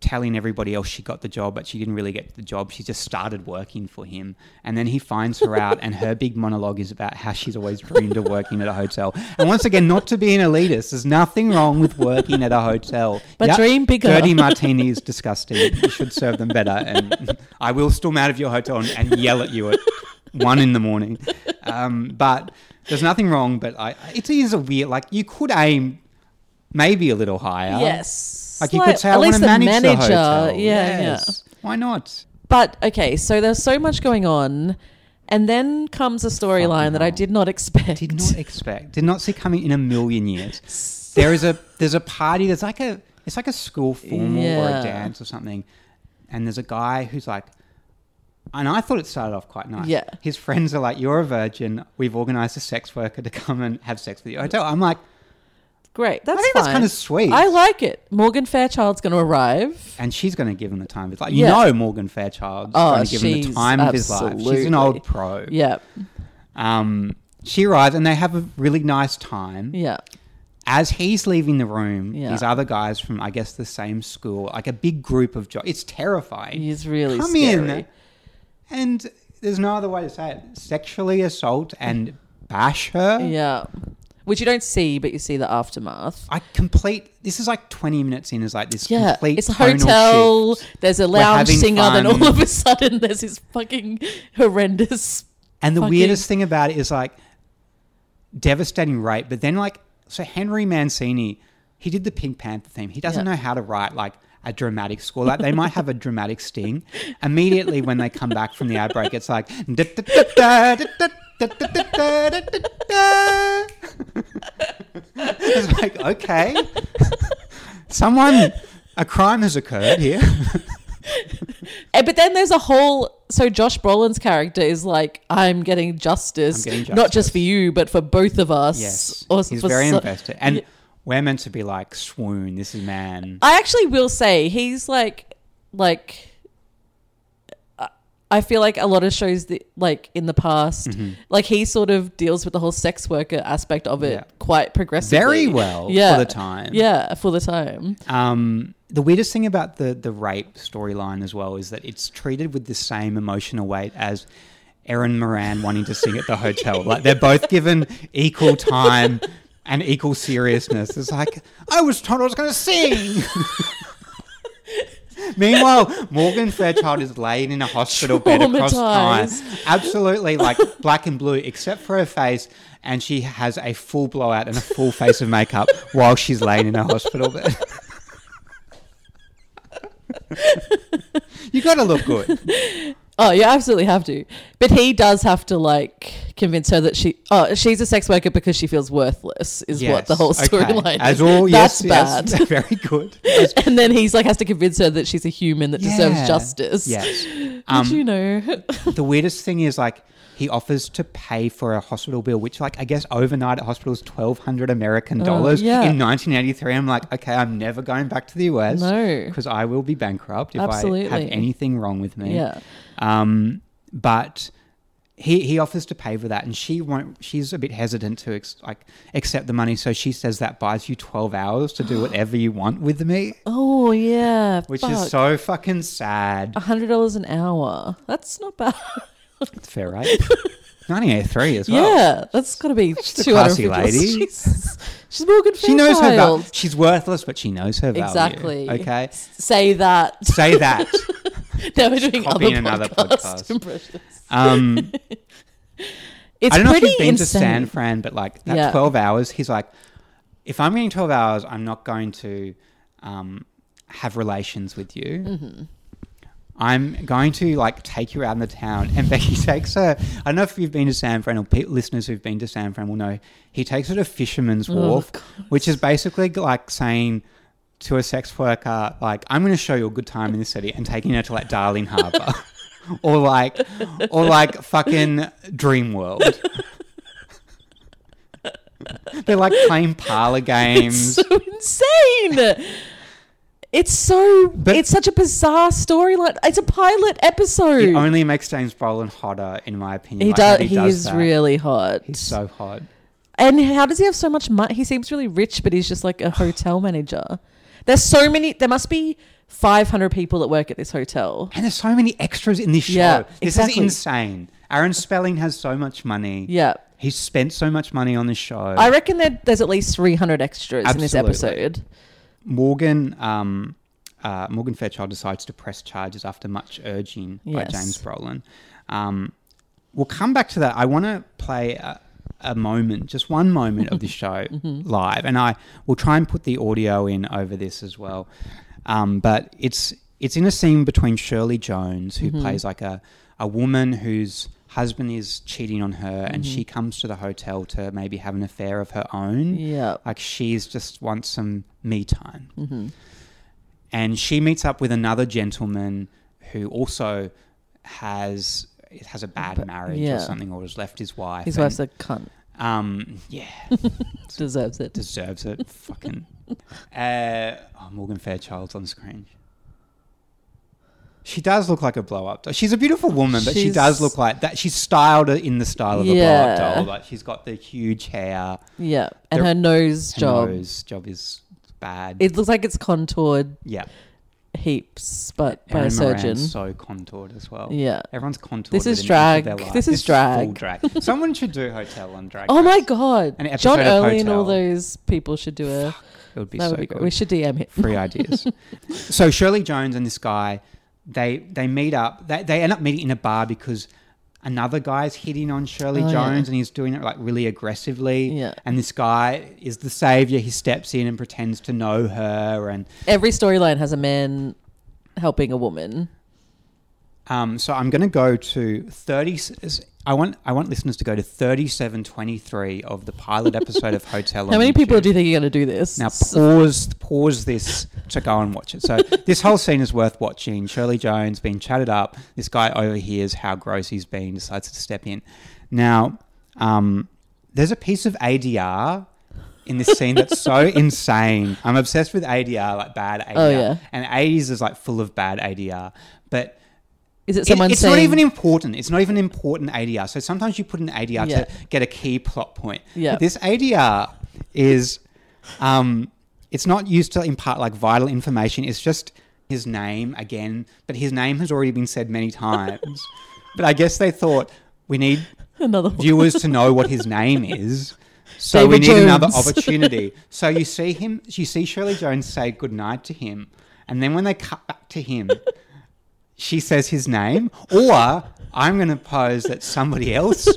telling everybody else she got the job, but she didn't really get the job. She just started working for him. And then he finds her out, and her big monologue is about how she's always dreamed of working at a hotel. And once again, not to be an elitist, there's nothing wrong with working at a hotel. But dream bigger. Dirty martini is disgusting. You should serve them better. And I will storm out of your hotel and, and yell at you at one in the morning. Um, but there's nothing wrong, but I, it is a weird, like, you could aim maybe a little higher. Yes. Like you could say, I want to the manage the hotel. Yeah, yeah. Yes. Why not? But okay, so there's so much going on, and then comes a storyline that I did not expect. Did not e- expect. Did not see coming in a million years. there is a there's a party. There's like a it's like a school formal or Yeah. a dance or something, and there's a guy who's like. And I thought it started off quite nice. Yeah. His friends are like, You're a virgin. We've organized a sex worker to come and have sex with you. at your hotel. I'm like, Great. That's I think fine. that's kinda sweet. I like it. Morgan Fairchild's going to arrive. and she's going to give him the time of his life. You Yeah. know, Morgan Fairchild's Oh, going to give him the she's time of his life. She's an absolutely- old pro. Yeah. Um, she arrives and they have a really nice time. Yeah. As he's leaving the room, Yeah. these other guys from, I guess, the same school, like a big group of jocks. It's terrifying. He's really Come in scary. and there's no other way to say it. Sexually assault and bash her. Yeah. Which you don't see, but you see the aftermath. I complete. This is like 20 minutes in. Is like this Yeah, complete. it's a tonal hotel. shift. There's a We're lounge having singer, then fun. all of a sudden there's this fucking horrendous. And the Fucking- weirdest thing about it is like devastating rape, but then like so Henry Mancini, he did the Pink Panther theme. He doesn't Yeah. know how to write like a dramatic score. Like they might have a dramatic sting. Immediately when they come back from the outbreak, it's like it's like okay, someone a crime has occurred here. Eh, But then there's a whole. So Josh Brolin's character is like, I'm getting justice, I'm getting not justice." just for you, but for both of us. Yes, Or he's for very so- invested, and we're meant to be like swoon. This is man. I actually will say he's like, like. I- I feel like a lot of shows, that, like in the past, Mm-hmm. like he sort of deals with the whole sex worker aspect of it Yeah. quite progressively, Very well for the time. Yeah, for the time. Um, the weirdest thing about the the rape storyline as well is that it's treated with the same emotional weight as Erin Moran wanting to sing at the hotel. Like they're both given equal time and equal seriousness. It's like I was told I was going to sing. Meanwhile, Morgan Fairchild is laid in a hospital bed across time, Traumatized. absolutely like black and blue, except for her face, and she has a full blowout and a full face of makeup while she's laying in a hospital bed. you got to look good. Oh, you absolutely have to. But he does have to like convince her that she oh she's a sex worker because she feels worthless is what the Yes, whole okay. storyline As is. all, That's yes, bad. yes, very good. Yes. and then he's like has to convince her that she's a human that Yeah. deserves justice. Yes. Um, Did you know? the weirdest thing is like he offers to pay for a hospital bill, which like I guess overnight at hospitals twelve hundred American dollars Oh, yeah. in nineteen eighty three. I'm like, okay, I'm never going back to the US No. because I will be bankrupt if I have Absolutely. anything wrong with me. yeah. Um, but he he offers to pay for that, and she won't. She's a bit hesitant to ex- like accept the money, so she says that buys you twelve hours to do whatever you want with me, Oh yeah. which fuck. Oh. is so fucking sad. hundred dollars an hour. That's not bad. It's fair, right? Nineteen eighty three as well. yeah, that's got to be a two hundred classy fifty. lady. She's, she's Morgan She knows her Fairchild. value. She's worthless, but she knows her value. Exactly. Okay. Say that. Say that. now we're doing other copying podcast, another podcast. impressions. Um, It's I don't know if pretty you've been to insane. San Fran, but like that Yeah. 12 hours, he's like, if I'm getting 12 hours, I'm not going to um, have relations with you. Mm-hmm. I'm going to like take you out in the town. And Becky takes her. I don't know if you've been to San Fran or pe- listeners who've been to San Fran will know. He takes her to Fisherman's Oh, Wharf, which is basically like saying to a sex worker, like, I'm going to show you a good time in the city and taking her to like Darling Harbour. Or like, or like fucking Dream World. They're like playing parlor games. So insane. It's so. But- it's such a bizarre storyline. It's a pilot episode. It only makes James Brolin hotter, in my opinion. he like, does. when He, is that. really hot. He's so hot. and how does he have so much money? He seems really rich, but he's just like a hotel manager. There's so many. There must be 500 people that work at this hotel. And there's so many extras in this show. Yeah, this is exactly. insane. Aaron Spelling has so much money. Yeah. He's spent so much money on this show. I reckon there, there's at least 300 extras in this Absolutely. episode. Morgan um, uh, Morgan Fairchild decides to press charges after much urging by Yes. James Brolin. Um, we'll come back to that. I want to play a, a moment, just one moment of the show live, and I will try and put the audio in over this as well. Um, but it's it's in a scene between Shirley Jones, who plays like a a woman whose husband is cheating on her, and she comes to the hotel to maybe have an affair of her own. Yeah. mm-hmm. Like she's just wants some me time. And she meets up with another gentleman who also has has a bad marriage or yeah. something, or has left his wife. His and, wife's a cunt. um, yeah, Deserves it. deserves it. Fucking. Uh, oh, Morgan Fairchild's on screen. She does look like a blow up doll. She's a beautiful woman, but she does She's- look like that. She's styled in the style of a blow Yeah. up doll. Like she's got the huge hair. Yeah. And They're- her nose Her job. nose job is bad. It looks like it's contoured yeah. heaps, but by Erin a Moran's surgeon. So contoured as well. Yeah. Everyone's contoured. This within an is inch of drag. their life. This is Full drag. drag. Someone should do hotel on drag. Oh Race. my god! An episode John of Early and Hotel. all those people should do a. It would be that so would be good. great. We should DM him. Free ideas. so Shirley Jones and this guy, they they meet up. They they end up meeting in a bar because. Another guy's hitting on Shirley Oh, yeah. Jones and he's doing it like really aggressively. Yeah. And this guy is the savior. He steps in and pretends to know her. And Every storyline has a man helping a woman. Um, so I'm going to go to 30. I want I want listeners to go to 3723 of the pilot episode of Hotel. How on many people YouTube. do you think are going to do this? Now S- pause pause this to go and watch it. So this whole scene is worth watching. Shirley Jones being chatted up. This guy overhears how gross he's been, decides to step in. Now um, there's a piece of ADR in this scene that's so insane. I'm obsessed with ADR, like bad ADR, Oh, yeah. and 80s is like full of bad ADR, but is it it- someone it's saying? not even important. It's not even important ADR. So sometimes you put an ADR Yeah. to get a key plot point. Yeah. But This ADR is, um, it's not used to impart like vital information. It's just his name again, but his name has already been said many times. but I guess they thought we need another one. viewers to know what his name is. So we David need another Jones. opportunity. so you see him, you see Shirley Jones say goodnight to him, and then when they cut back to him, she says his name, or I'm going to pose that somebody else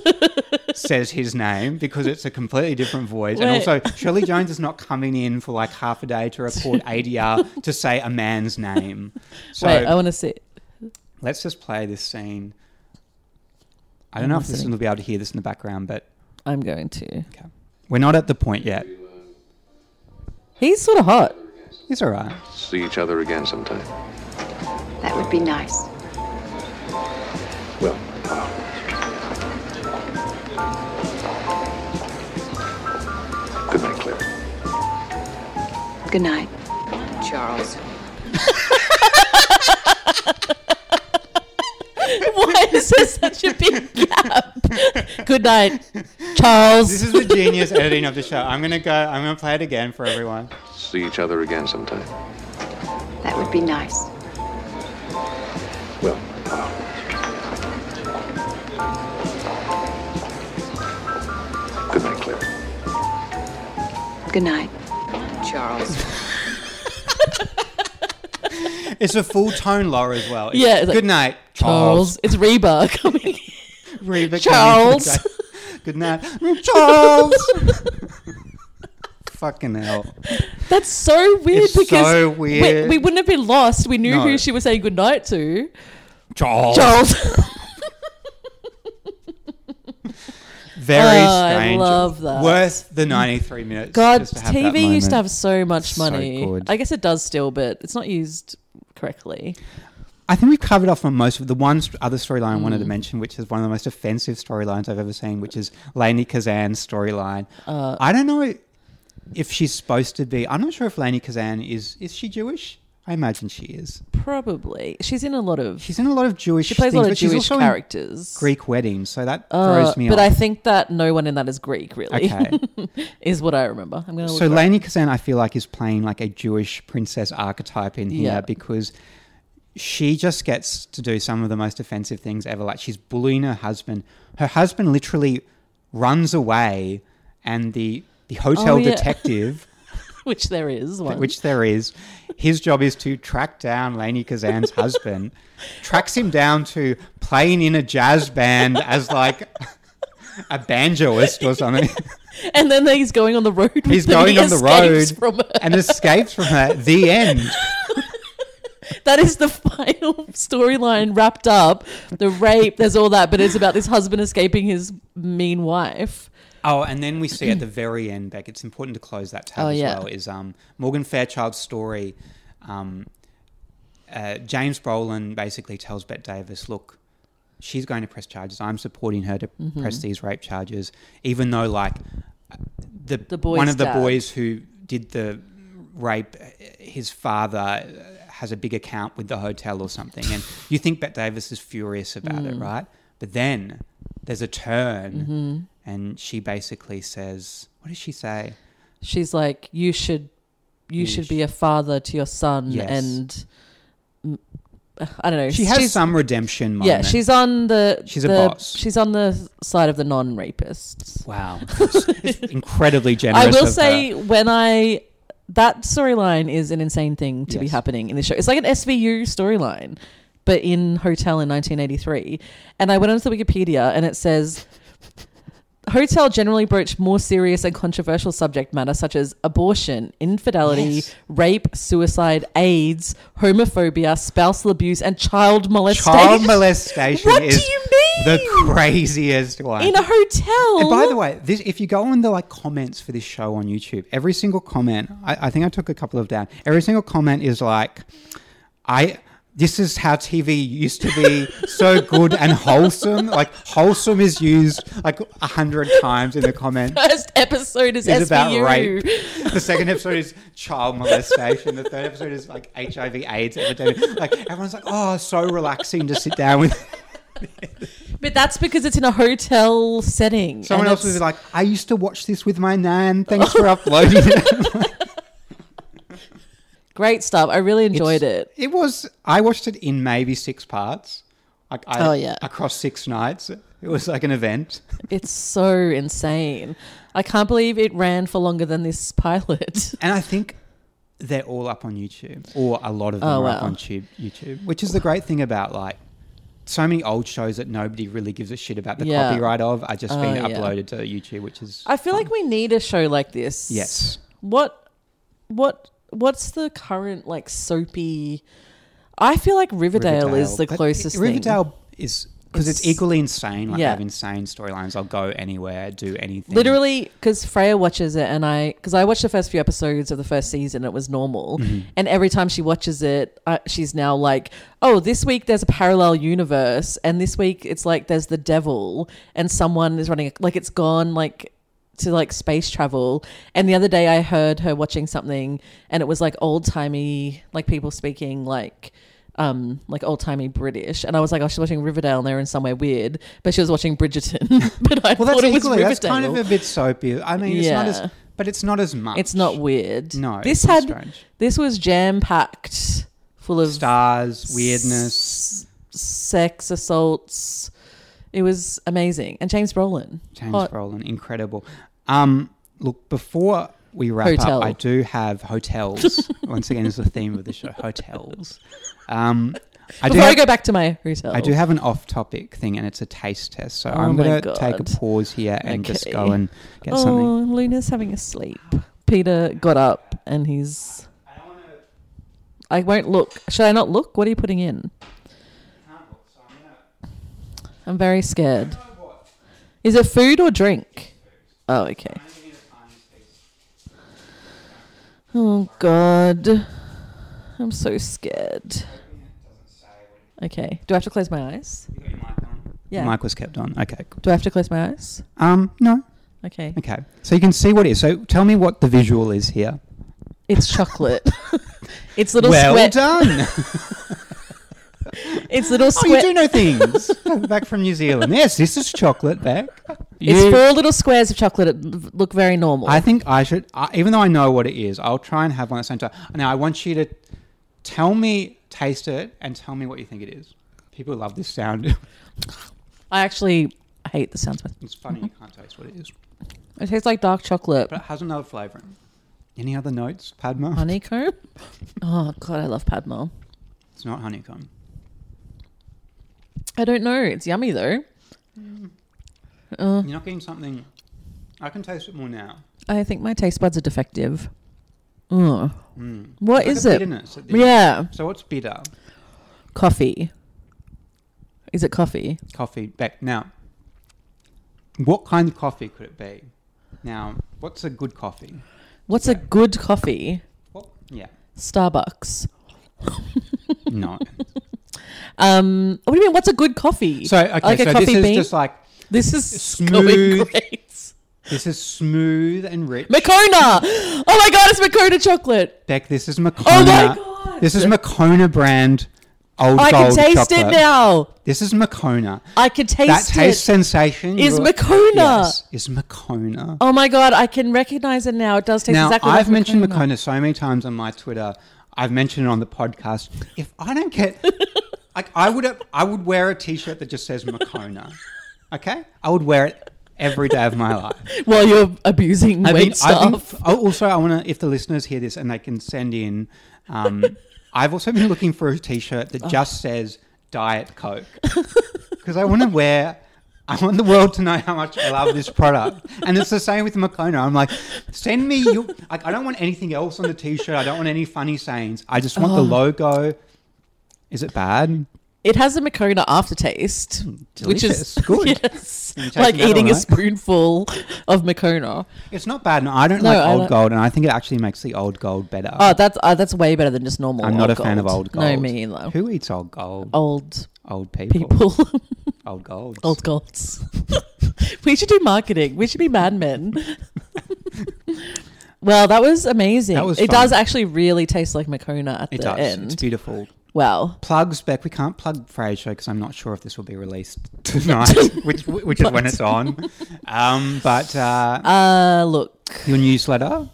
says his name because it's a completely different voice. And Wait. also, Shirley Jones is not coming in for like half a day to record ADR to say a man's name. So Wait, oh. I want to see. let's just play this scene. I don't know if listeners will be able to hear this in the background, but I'm going to. Okay. We're not at the point yet. He's sort of hot. It's all right. see each other again sometime. That would be nice. Well, good night, Claire. Good night. Charles. Why is there such a big gap? Good night, Charles. This is the genius editing of the show. I'm gonna go. I'm gonna play it again for everyone. See each other again sometime. That would be nice. Well, good night, Claire. Good night. Charles. It's a full tone Laura as well. It's, Yeah, it's like- good night, Charles. Charles. It's Reba coming. in. Reba Charles. Kennedy. Good night, Charles. Fucking hell. That's so weird It's because so we- weird. We, wouldn't have been lost. We knew No. Oh. who she was saying goodnight to. Charles. Charles. Very Oh, I strange. love that. Worth the 93 minutes. God, just to have that TV moment. used to have so much So money. good. I guess it does still, but it's not used correctly. I think we've covered off on most of the one st- other storyline I Mm. wanted to mention, which is one of the most offensive storylines I've ever seen, which is Lainey Kazan's storyline. Uh, I don't know if she's supposed to be. I'm not sure if Lainey Kazan is. Is she Jewish? I imagine she is. Probably. She's in a lot of. She's in a lot of Jewish. she plays a things, lot of but she's Jewish also in characters. Greek weddings, so that Uh, throws me but I off. think that no one in that is Greek, really. Okay. is what I remember. I'm going to look. so it up. Lainey Kazan, I feel like, is playing like a Jewish princess archetype in here Yeah. because she just gets to do some of the most offensive things ever. Like she's bullying her husband. Her husband literally runs away, and the the hotel Oh, yeah. detective, which there is one. which there is, his job is to track down Lainey Kazan's husband, tracks him down to playing in a jazz band as like a banjoist or something. and then he's going on the road. With He's them going and he on the escapes road From her. and escapes from her. The end. that is the final storyline wrapped up. The rape. There's all that, but it's about this husband escaping his mean wife. Oh, and then we see at the very end, Beck. It's important to close that tab Oh, as yeah. well. Is um, Morgan Fairchild's story. Um, uh, James Brolin basically tells Bet Davis, "Look, she's going to press charges. I'm supporting her to Mm-hmm. press these rape charges, even though like the, The boy's one of the dad. boys who did the rape, uh, his father." uh, Has a big account with the hotel or something, and you think Bet Davis is furious about it, Mm. right? But then there's a turn, Mm-hmm. and she basically says, "What does she say?" She's like, you should, you, You should sh- be a father to your son, Yes. and mm, I don't know. She has she's- some redemption moment. Yeah, she's on the. She's a the- boss. She's on the side of the non-rapists. wow, It's- it's incredibly generous. I will of say her. when I that storyline is an insane thing to be Yes. happening in this show. It's like an SVU storyline, but in Hotel in 1983. And I went onto the Wikipedia and it says. Hotel generally broached more serious and controversial subject matter such as abortion, infidelity, Yes. rape, suicide, AIDS, homophobia, spousal abuse, and child molestation. child molestation. What do is you mean? The craziest one. in a hotel. and by the way, this if you go on the like comments for this show on YouTube, every single comment, I, I think I took a couple of down. Every single comment is like, I. This is how TV used to be so good and wholesome. Like wholesome is used like a hundred times in the comments. first episode is, is SVU. about rape. The second episode is child molestation. The third episode is like HIV AIDS epidemic. Like everyone's like, oh, so relaxing to sit down with. But that's because it's in a hotel setting. Someone and else it's- would be like, I used to watch this with my nan. Thanks for uploading it. great stuff. I really enjoyed it. It was. I watched it in maybe six parts. Like I, Oh, yeah. across six nights. It was like an event. It's so insane. I can't believe it ran for longer than this pilot. And I think they're all up on YouTube, or a lot of them Oh, are up wow. on tube, YouTube, which is the great thing about like so many old shows that nobody really gives a shit about the Yeah. copyright of are just being Oh, yeah. uploaded to YouTube, which is I feel like we need a show like this. yes. What what what's the current like soapy I feel like Riverdale, is the But closest thing. Riverdale is because it's, It's- equally insane. Like yeah. I have insane storylines. I'll go anywhere, do anything. Literally, because Freya watches it, and I, because I watched the first few episodes of the first season, it was normal. And every time she watches it, I, she's now like, oh, this week there's a parallel universe, and this week it's like there's the devil, and someone is running, a, like it's gone, like to like space travel. And the other day I heard her watching something, and it was like old timey, like people speaking like. Um, like old timey British, and I was like, "Oh, she's watching Riverdale, and they're in somewhere weird." But she was watching Bridgerton. but I well, thought that's it was equally. Riverdale. That's kind of a bit soapy. I mean, it's not Yeah. as, but it's not as much. It's not weird. No, this it's not had strange. this was jam packed, full of stars weirdness. s- sex assaults. It was amazing, and James Brolin. James Hot. Brolin, incredible. Um, look, before we wrap Hotel. up, I do have hotels. Once again, is the theme of the show, hotels. Um, I do. Before I Have, go back to my hotel, I do have an off-topic thing, and it's a taste test. So Oh I'm my going to take a God. pause here and just go Okay. and get oh, something. Luna's having a sleep. Peter got up, and he's. I won't look. Should I not look? What are you putting in? I'm very scared. Is it food or drink? Oh, okay. Oh god. I'm so scared. Okay. Do I have to close my eyes? Yeah. Mic was kept on. Okay, good. Do I have to close my eyes? Um, no. Okay. Okay. So you can see what it is. So tell me what the visual is here. It's chocolate. It's little well sweat. done. It's little Oh, you sweat. do know things. back from New Zealand. Yes, this is chocolate back. it's You- four little squares of chocolate. It l- look very normal. I think I should, I even though I know what it is, I'll try and have one at the same time. Now, I want you to tell me, taste it, and tell me what you think it is. People love this sound. I actually hate the sounds. it's funny you can't taste what it is. It tastes like dark chocolate. But it has another flavouring. Any other notes, Padma? Honeycomb? Oh, God, I love Padma. It's not honeycomb. I don't know. It's yummy, though. You're not getting something. I can taste it more now. I think my taste buds are defective. Mm. What It's is like a it? bitterness at the- Yeah. So what's bitter? Coffee. Is it coffee? Coffee back now. What kind of coffee could it be? Now, what's a good coffee? What's a good coffee? What? Yeah. Starbucks. No. Um, what do you mean? What's a good coffee? so okay. like a so coffee this is bean. just like this is going smooth. great. this is smooth and rich. Makona. Oh my god, it's Makona chocolate. Beck, this is Oh Makona. my God. This is Makona brand old I can gold taste chocolate. it now. This is Makona. I can taste that taste it. sensation Is you- Makona. Yes, is Makona. Oh my god, I can recognize it now. It does taste now exactly. I've like mentioned Makona. so many times on my Twitter. I've mentioned it on the podcast. If I don't get, like, I would I would wear a T-shirt that just says Makona. Okay, I would wear it every day of my life. While you're abusing I weight think, I stuff. think- oh, also, I want to. If the listeners hear this and they can send in, um, I've also been looking for a T-shirt Oh. that just says Diet Coke because I want to wear. I want the world to know how much I love this product, and it's the same with Makona. I'm like, send me your. Like, I don't want anything else on the T-shirt. I don't want any funny sayings. I just want the Uh-huh. logo. Is it bad? It has a Makona aftertaste, which is delicious. Good. Yes, You take like another eating one, a right? spoonful of Makona. It's not bad. No, I don't No, like I old like- gold, and I think it actually makes the old gold better. Oh, that's uh, that's way better than just normal. I'm not a Old fan of Gold. old gold. No, me either. Who eats old gold? Old Old people, Old gold. old golds. we should do marketing. We should be madmen. well, that was amazing. That was it fun. does actually really taste like Makona at It the does. It's end. beautiful. wow. Plugs back. We can't plug Frasier because I'm not sure if this will be released tonight, which which is when it's on. Um, but uh, Uh, look. your newsletter,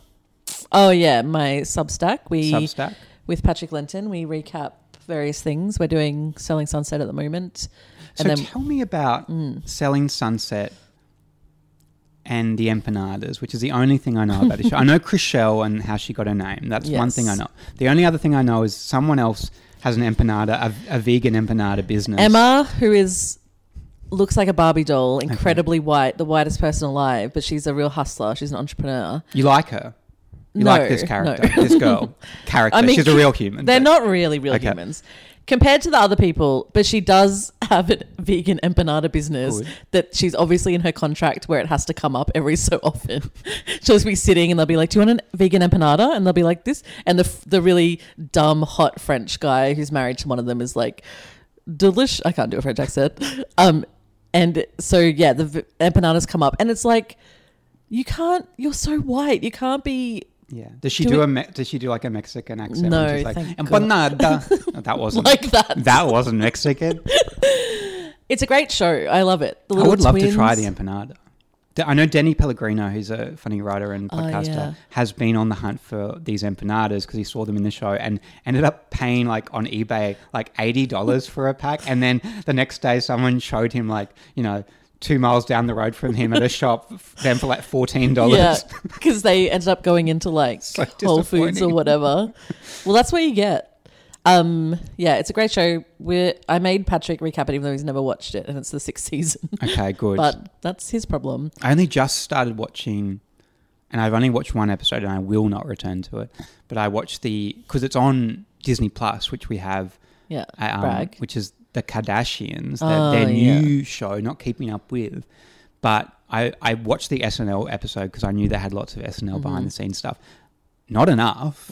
Oh yeah, my Substack. We Substack. with Patrick Linton. We recap various things. We're doing Selling Sunset at the moment, So and then Hmm. tell me about selling Sunset and the empanadas, which is the only thing I know about this show. I know Chriselle and how she got her name. That's one thing I Yes. know. The only other thing I know is someone else has an empanada, a, a vegan empanada business. Emma, who is looks like a Barbie doll, incredibly white, the whitest person alive, but she's a real hustler. She's an entrepreneur. You like her. You No, like this character, no. this girl character. She's a real human. They're but- not really real Okay. humans compared to the other people, but she does have a vegan empanada business Good. that she's obviously in her contract where it has to come up every so often. She'll just be sitting and they'll be like, "Do you want a vegan empanada?" And they'll be like, "This." And the f- the really dumb hot French guy who's married to one of them is like, "Delish." I can't do a French accent. Um, and so yeah, the v- empanadas come up, and it's like. You can't. You're so white. You can't be Yeah. Does she Do do, we- a me- does she do like a Mexican accent? No, She's like, thank God. empanada. No, that wasn't like that. that wasn't Mexican. It's a great show. I love it. The I Little would love to try Twins. the empanada. D- I know Denny Pellegrino, who's a funny writer and Oh, podcaster, yeah. has been on the hunt for these empanadas because he saw them in the show and ended up paying like on eBay like eighty dollars for a pack. And then the next day, someone showed him like you know two miles down the road from him at a shop f- them for like fourteen dollars. Yeah, because they ended up going into like So Whole Foods or disappointing. whatever. Well, that's where you get. Um, yeah, it's a great show. We're, I made Patrick recap it, even though he's never watched it, and it's the sixth season. Okay, good. but that's his problem. I only just started watching, and I've only watched one episode, and I will not return to it. But I watched the because it's on Disney Plus, which we have, Yeah, uh, um, brag. which is the Kardashians, Oh, their, their yeah. new show, not keeping up with. But I I watched the SNL episode because I knew they had lots of SNL Mm-hmm. behind the scenes stuff. Not enough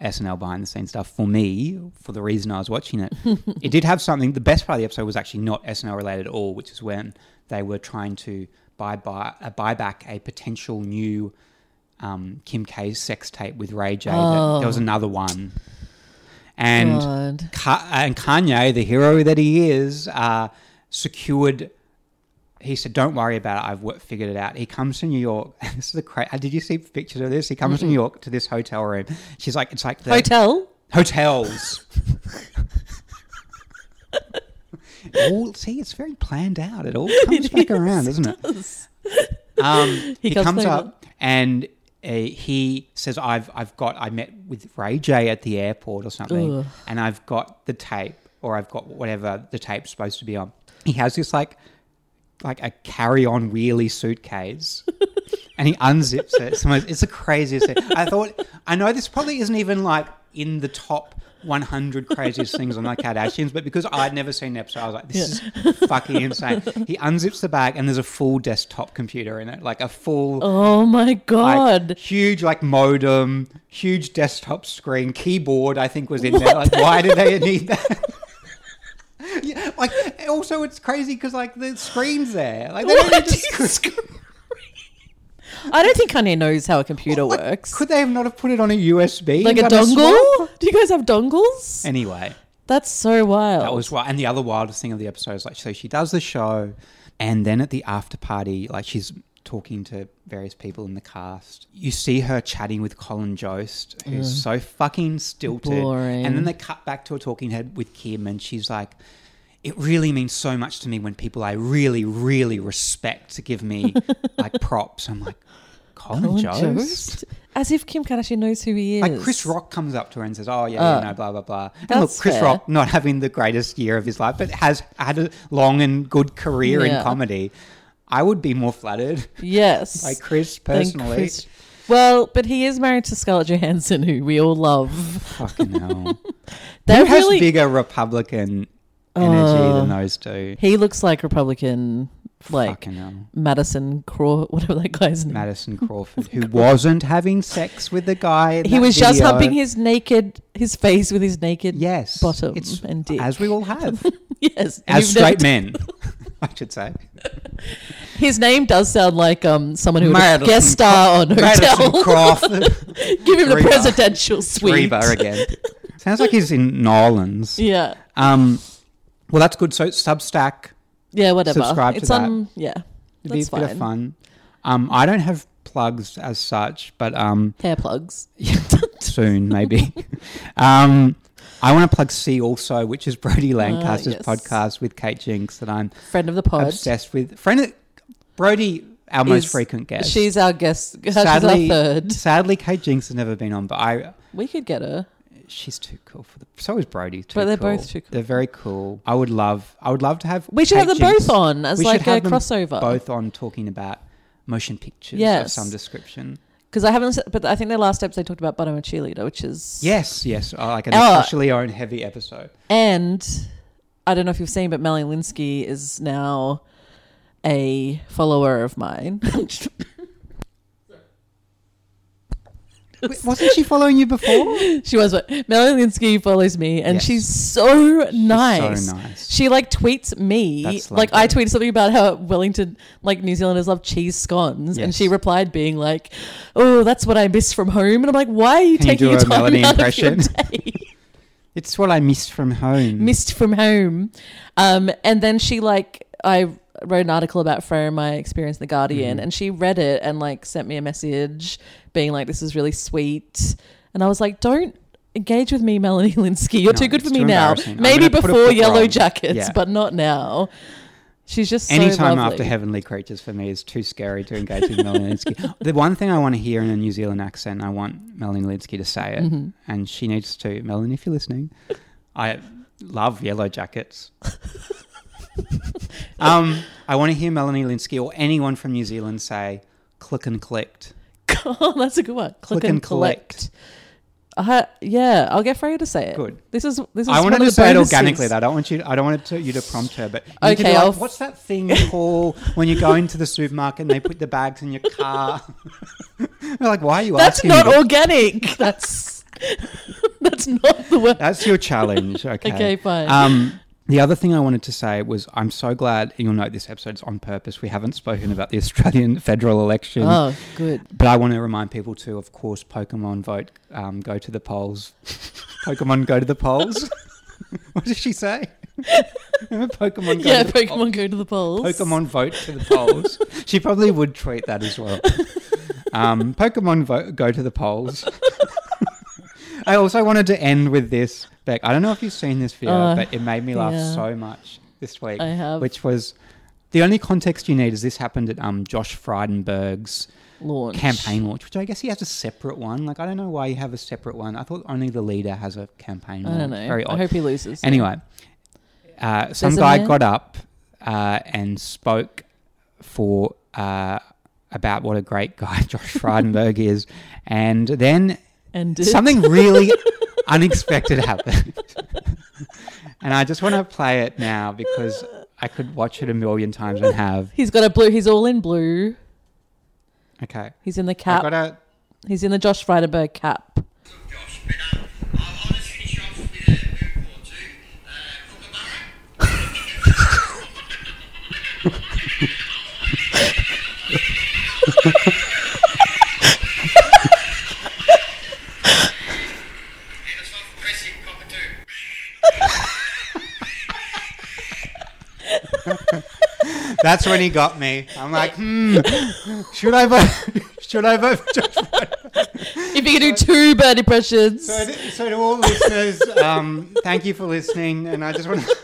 SNL behind the scenes stuff for me, for the reason I was watching it. it did have something. The best part of the episode was actually not SNL related at all, which is when they were trying to buy, buy, uh, buy back a potential new um, Kim K's sex tape with Ray J. that- There was another one. And, Oh. God. Ka- uh, and Kanye, the hero that he is, uh, secured. He said, "Don't worry about it. I've wo- figured it out." He comes to New York. This is the cra- uh, Did you see pictures of this? He comes to New York to this hotel room. She's like, "It's like the Hotel. hotels." all, see, it's very planned out. It all comes back around, doesn't it? Um, he, comes comes, over. up and uh, he says, "I've I've got I met with Ray J at the airport or something, Ugh. and I've got the tape, or I've got whatever the tape's supposed to be on." He has this like like a carry-on wheelie suitcase. And he unzips it. It's the most- It's the craziest thing. I thought, I know this probably isn't even like in the top 100 craziest things on the Kardashians, but because I'd never seen the episode, I was like, this is fucking insane. He unzips the bag and there's a full desktop computer in it, like a full Oh my like, god. huge like modem, huge desktop screen, keyboard. I think was in there. Like, why did they need that? yeah, like also it's crazy because like the screen's there. Like they don't need to screen. I don't think Kanye knows how a computer works. Could they have not have put it on a USB? like a but swap? dongle? Do you guys have dongles? Anyway, That's so wild. that was wild. And the other wildest thing of the episode is like, so she does the show, and then at the after party, like she's talking to various people in the cast. You see her chatting with Colin Jost, who's so fucking stilted. Mm. Boring. And then they cut back to a talking head with Kim, and she's like. It really means so much to me when people I really, really respect to give me like props. I'm like, Colin, Colin Jost? Jost? As if Kim Kardashian knows who he is. Ah. Like Chris Rock comes up to her and says, "Oh yeah, you know, blah blah blah." And look, that's Chris fair. Rock not having the greatest year of his life, but has had a long and good career Yeah. in comedy. I would be more flattered Yes. by Chris than personally. Chris- Well, but he is married to Scarlett Johansson, who we all love. Fucking hell! They're Who has really. Oh. bigger Republican energy than those two? He looks like Republican, like Fucking hell. Madison Craw, whatever that guy's name. Madison Crawford, who wasn't having sex with the guy. in he that was just video. humping his naked, his face with his naked yes bottom it's- and dick. as we all have yes, as You've straight never d- men. I should say. His name does sound like um someone who would Madison guest star on Madison Hotel. Crawford. Give him the Reba. presidential suite. Reba again. Sounds like he's in New Orleans. Yeah, Um, well, that's good. So Substack, yeah, whatever. Subscribe to it's that. on. Yeah, it'd be a that's fine. bit of fun. Um, I don't have plugs as such, but um, Hair plugs. soon maybe. um, I want to plug C also, which is Brody Lancaster's Ah, yes. podcast with Kate Jinks that I'm Friend of the pod. obsessed with. Friend of, Brody, our most Is- frequent guest. She's our guest. sadly she's our third. sadly Kate Jinks has never been on, but I We could get her. She's too cool for the. So is Brody. Too But they're cool. both too cool. They're very cool. I would love. I would love to have. We should have Kate them both Jinks- on as we should like have a them crossover. Both on talking about motion pictures of Yes. some description. Because I haven't, s- but I think their last episode talked about But I'm a Cheerleader, which is. Yes, yes. I like an Oh. officially owned heavy episode. And I don't know if you've seen, but Melanie Linsky is now a follower of mine. Wait, wasn't she following you before? she was, but Melanie Linsky follows me and Yes. she's so nice. nice. She like tweets me. That's Like I lovely. tweeted something about how Wellington, like New Zealanders love cheese scones. And Yes. she replied being like, oh, that's what I miss from home. And I'm like, why are you Can you taking do your a time Melanie out of your impression? day? It's what I missed from home. missed from home. Um, and then she like I wrote an article about Freya, my experience in the Guardian, Mm-hmm. and she read it and like sent me a message being like, "This is really sweet," and I was like, "Don't." Engage with me, Melanie Linsky. You're No, too good it's for me too now. embarrassing. I'm Maybe gonna put a before foot Yellow wrong. Jackets, Yeah. but not now. She's just so Anytime lovely. after Heavenly Creatures for me is too scary to engage with Melanie Linsky. The one thing I want to hear in a New Zealand accent, I want Melanie Linsky to say it, Mm-hmm. and she needs to. Melanie, if you're listening, I love Yellow Jackets. um, I want to hear Melanie Linsky or anyone from New Zealand say "click and clicked." oh, that's a good one. Click, Click and and collect. Uh, yeah, I'll get Freya to say it. Good. This is this is. I want to just say it organically. Though. I don't want you. I don't want it to, you to prompt her. But you can Okay, be like, I'll- what's that thing called when you go into the supermarket and they put the bags in your car? They're like, why are you That's asking? not me? organic. That's that's not the word. That's your challenge. Okay. Okay, fine. Um, The other thing I wanted to say was I'm so glad and you'll note this episode's on purpose. We haven't spoken about the Australian federal election. Oh, good. But I want to remind people too, of course, Pokemon vote, um, go to the polls. Pokemon go to the polls. what did she say? Remember Pokemon go yeah, to the polls? Pokemon go to the polls. Pokemon vote to the polls. she probably would tweet that as well. Um, Pokemon vote go to the polls. I also wanted to end with this, Beck. I don't know if you've seen this video, Uh, but it made me laugh yeah. so much this week. I have. Which was the only context you need is this happened at um, Josh Frydenberg's launch campaign launch, which I guess he has a separate one. Like I don't know why you have a separate one. I thought only the leader has a campaign. I launch. don't know. Very odd. I hope he loses. Anyway, uh, some There's a guy man- got up uh, and spoke for uh, about what a great guy Josh Frydenberg is, and then and did- something really unexpected happened. and I just want to play it now because I could watch it a million times and have. He's got a blue. He's all in blue. Okay, He's in the I cap. gotta. He's in the Josh Frydenberg cap. Josh, but um, I'll, I'll just finish off with a move or two uh, from the Murray. and it's not pressing cockatoo. That's when he got me. I'm like, hmm, should I vote? Should I vote for Josh? If you can do two bad impressions, So, to- so to all listeners, um, thank you for listening, and I just want to.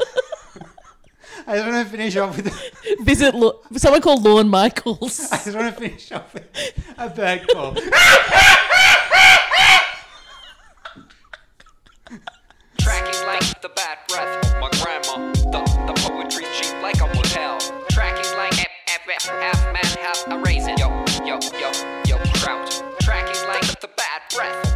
I just want to finish off with. visit Lo- someone called Lorne Michaels. I just want to finish off with a bird call. Tracking like the bad breath of my grandma. The, the poetry cheap like I would hell. Tracking like F, F, F, F, man, half a raisin. Yo, yo, yo, yo, kraut. Tracking like the bad breath of